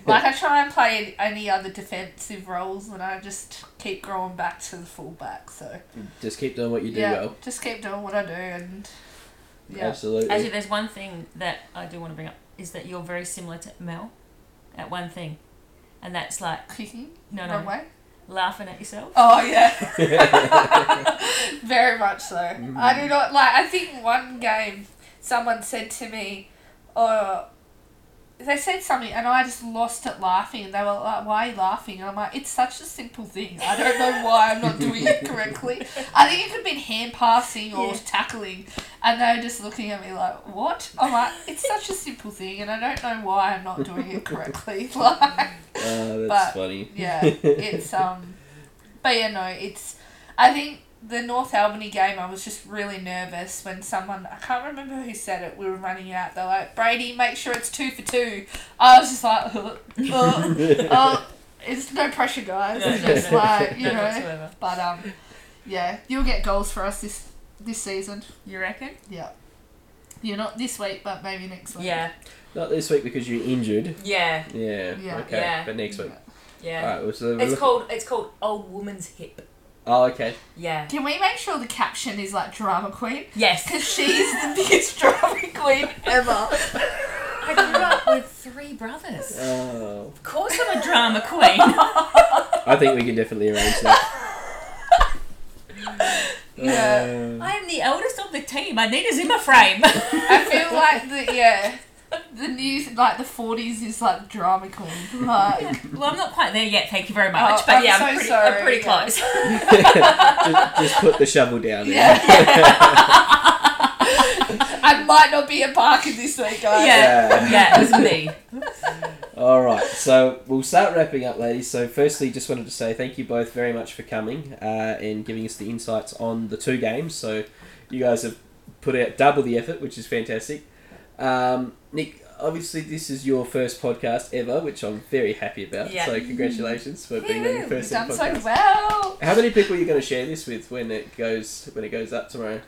Like I try and play any other defensive roles, and I just keep growing back to the fullback. So
just keep doing what you do
yeah,
well.
just keep doing what I do, and yeah,
Absolutely.
Actually, there's one thing that I do want to bring up is that you're very similar to Mel at one thing, and that's like
kicking
no,
wrong
no,
way.
laughing at yourself.
Oh yeah, very much so. I do not like. I think one game someone said to me, "Oh, they said something," and I just lost it laughing. And they were like, "Why are you laughing?" And I'm like, "It's such a simple thing. I don't know why I'm not doing it correctly. I think it could have been hand passing or
Yeah.
tackling." And they were just looking at me like, "What?" I'm like, "It's such a simple thing, and I don't know why I'm not doing it correctly." Like.
Oh, that's
But-
funny.
Yeah, it's um, but yeah, no, it's. I think the North Albany game, I was just really nervous when someone I can't remember who said it. We were running out. They're like, Brady, make sure it's two for two. I was just like, oh, it's no pressure, guys. It's
No, no,
just
no.
like you
None
know.
whatsoever.
But um, yeah, you'll get goals for us this this season.
You reckon?
Yeah. You're not this week, but maybe next week.
Yeah,
Not this week because you're injured.
yeah,
Yeah.
Yeah.
Okay.
Yeah.
But next week.
yeah.
All right. Well, so we're
It's
look-
called it's called old woman's hip.
oh, okay.
Yeah.
Can we make sure the caption is like drama queen?
Yes.
Because she's the biggest drama queen ever.
I grew up with three brothers.
Oh.
Of course, I'm a drama queen.
I think we can definitely arrange that.
Yeah.
Uh,
I am the eldest of the team. I need a Zimmer frame.
I feel like the yeah, the new like the forties is like drama queen. Like
well, I'm not quite there yet. Thank you very much.
Oh,
but
I'm
yeah,
so
I'm pretty,
sorry,
I'm pretty close.
yeah.
just, just put the shovel down. there.
yeah. I might not be a Parker this week, guys.
Yeah.
Yeah.
yeah, it was me.
All right, so we'll start wrapping up, ladies. So, firstly, just wanted to say thank you both very much for coming uh, and giving us the insights on the two games. So, you guys have put out double the effort, which is fantastic. Um, Nick, obviously, this is your first podcast ever, which I'm very happy about.
Yeah.
So, congratulations for being on your
Woo, we've
first ever
done
podcast.
so well.
How many people are you going to share this with when it goes when it goes up tomorrow?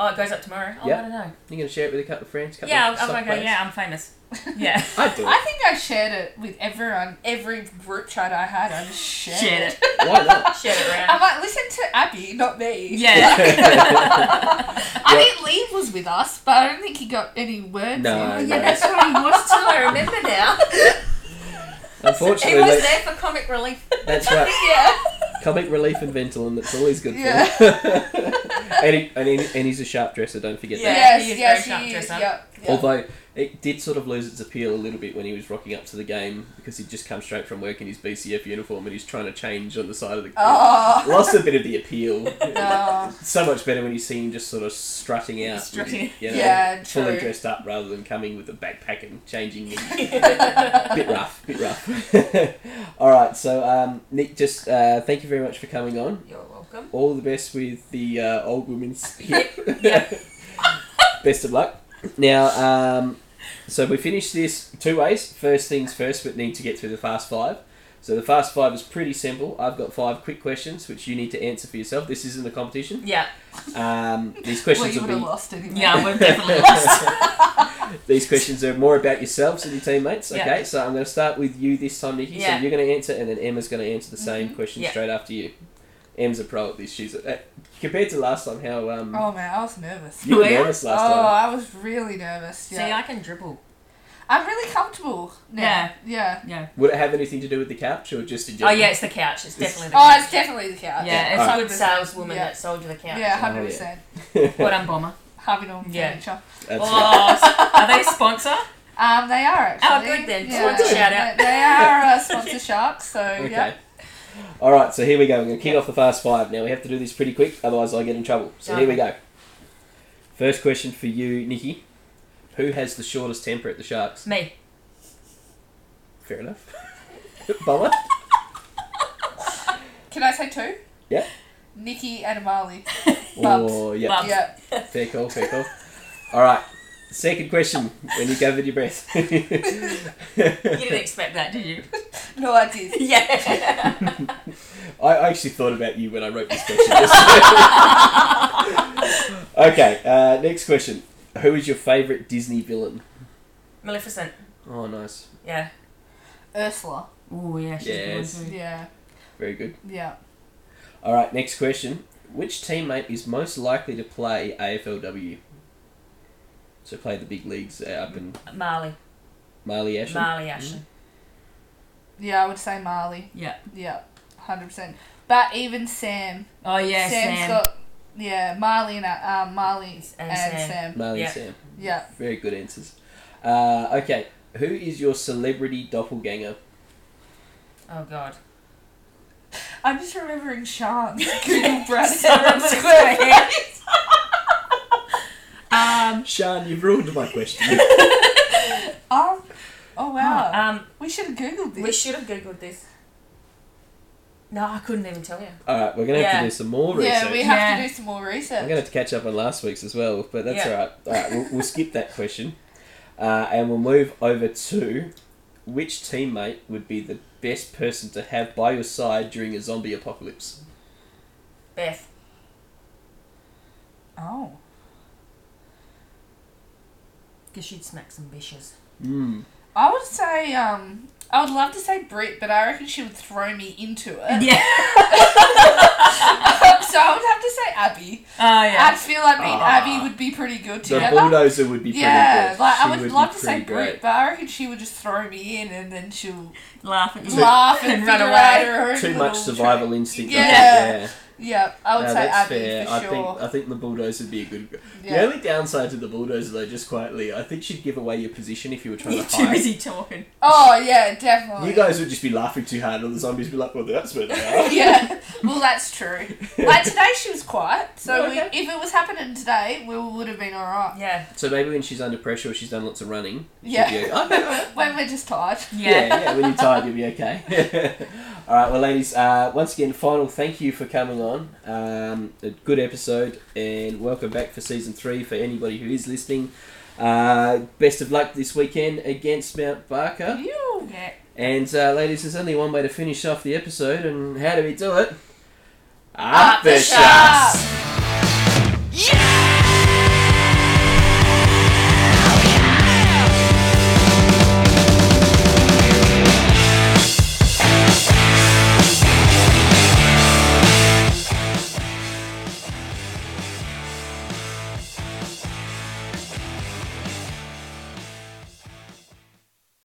Oh, it goes up tomorrow. Oh,
Yep.
I don't know.
You going to share it with a couple of friends? Couple
Yeah,
of
I'm
soft
like, oh,
mates?
yeah, I'm famous. Yeah.
I'd do
I think I shared it with everyone, every group chat I had. I just shared,
Shared it.
it. Why not?
Share it
I'm
around.
like, listen to Abby, not me.
Yeah.
I think Lee was with us, but I don't think he got any words.
No,
in.
no.
Yeah, that's what he was
Oh, I remember now. He
Unfortunately,
was
that-
there for comic relief.
that's right.
yeah.
Comic relief and Ventolin, that's always good for.
Yeah.
and, he, and, he, and he's a sharp dresser, don't forget
Yeah,
that.
he
yes,
is very
yes,
sharp
he is.
dresser.
Yep. yep.
Although it did sort of lose its appeal a little bit when he was rocking up to the game because he'd just come straight from work in his BCF uniform and he's trying to change on the side of the.
oh.
Lost a bit of the appeal.
No.
So much better when you see him just sort of strutting out,
Strutting.
you know,
Yeah,
fully
true.
dressed up rather than coming with a backpack and changing. his-
yeah,
bit rough, bit rough. All right, so um, Nick, just uh, thank you very much for coming on.
You're welcome.
All the best with the uh, old women's hip.
Yeah.
best of luck. Now, um, so we finished this two ways. First things first, we need to get through the fast five. So the fast five is pretty simple. I've got five quick questions which you need to answer for yourself. This isn't a competition.
Yeah.
Um, these
Well,
questions
you would have
will
lost anyway.
Yeah, we're definitely lost.
be these questions are more about yourselves and your teammates.
Yeah.
Okay, so I'm going to start with you this time, Nikki.
Yeah.
So you're going to answer, and then Emma's going to answer the same question
Yeah.
straight after you. Em's a pro at this. She's a, uh, compared to last time. How um,
Oh man, I was nervous.
you were
Were ya?
nervous last
oh,
time.
I was really nervous.
See,
Yeah.
I can dribble.
I'm really comfortable now.
Yeah.
Yeah.
Yeah.
Would it have anything to do with the couch or just in
Oh
general?
yeah, it's the couch. It's definitely the
Oh,
couch.
it's definitely the couch.
Yeah,
Alright.
it's
good saleswoman
Yeah.
that sold you the couch.
Yeah,
Oh,
hundred percent.
Well done, bomber.
Harvey Norman
Yeah.
furniture.
That's right.
Oh, are they a sponsor?
Um, they are actually.
Oh, good then.
Yeah.
Sponsor shout
They-
out.
They are a sponsor shark, so
Okay.
yeah.
All right, so here we go. We're going to kick
Yeah.
off the fast five. Now we have to do this pretty quick, otherwise I get in trouble. So here we go. First question for you, Nikki. Who has the shortest temper at the Sharks?
Me.
Fair enough. Bummer.
Can I say two?
Yeah.
Nikki and Amali. Bubs.
Oh, yeah.
Bubs.
Yeah.
Fair call, fair call. All right. Second question. When you gathered your breath.
You didn't expect that, did you?
No, I did.
yeah.
I I actually thought about you when I wrote this question. okay. Uh, next question. Who is your favourite Disney villain?
Maleficent.
Oh, nice.
Yeah.
Ursula.
Oh yeah, she's
Yes.
the one too.
Yeah.
Very good.
Yeah.
All right. Next question. Which teammate is most likely to play AFLW? So play the big leagues uh, up in
Marley.
Marley Ashen.
Marley Ashen.
Yeah, I would say Marley.
Yeah.
Yeah. 100%. But even Sam.
Oh yeah,
Sam's
Sam.
got. Yeah, Marley and uh, um, Marley
And
and,
Sam.
Sam.
Marley
Yeah.
Sam.
Yeah.
Very good answers. Uh, okay. Who is your celebrity doppelganger?
Oh god.
I'm just remembering Sean's Google Brad
Sarah
Oh.
Square. um.
Sean, you've ruined my question.
Um, oh wow.
Um,
we should have Googled
we
this.
should have googled this. No, I couldn't even tell you.
All right, we're gonna have
Yeah.
to do some more research.
yeah, we have
Yeah.
to do some more
I'm
research.
gonna have to catch up on last week's as well, but that's
Yeah.
all right. All right, we'll, we'll skip that question, uh, and we'll move over to which teammate would be the best person to have by your side during a zombie apocalypse?
Beth.
Oh.
Because she'd smack some bitches.
Mm.
I would say, um, I would love to say Brit, but I reckon she would throw me into it.
Yeah.
so I would have to say Abby.
Oh
I
yeah.
feel like me and
Ah.
Abby would be pretty good
The
together.
bulldozer would be pretty
yeah,
good.
like
She
I would,
be
love to say
pretty great.
Brit, but I reckon she would just throw me in and then she'll
Laugh at you.
laugh and,
And run
run away.
away.
Her own
Too much
little
survival
trick.
instinct. I
Yeah,
think, yeah.
yeah. I would
No,
say
that's
Oh, Abby
fair.
for
I
sure.
think I think the bulldozer would be a good. The
yeah.
only downside to the bulldozer, though, just quietly, I think she'd give away your position if you were trying
You're
to
too
hide.
busy talking.
Oh yeah, definitely.
You guys would just be laughing too hard, and the zombies would be like, "Well, that's where they are."
yeah, well, that's true. Like today, she was quiet, so
Okay.
we, if it was happening today, we would have been alright.
Yeah.
So maybe when she's under pressure or she's done lots of running, she'll
Yeah.
be okay.
When we're just tired.
yeah,
Yeah.
yeah, When you're tired, you'll be okay. All right, well, ladies, uh, once again, final thank you for coming on. Um, a good episode, and welcome back for season three for anybody who is listening. Uh, best of luck this weekend against Mount Barker.
You.
Yeah.
And uh, ladies, there's only one way to finish off the episode, and how do we do it?
Up the
Sharks!
sharks.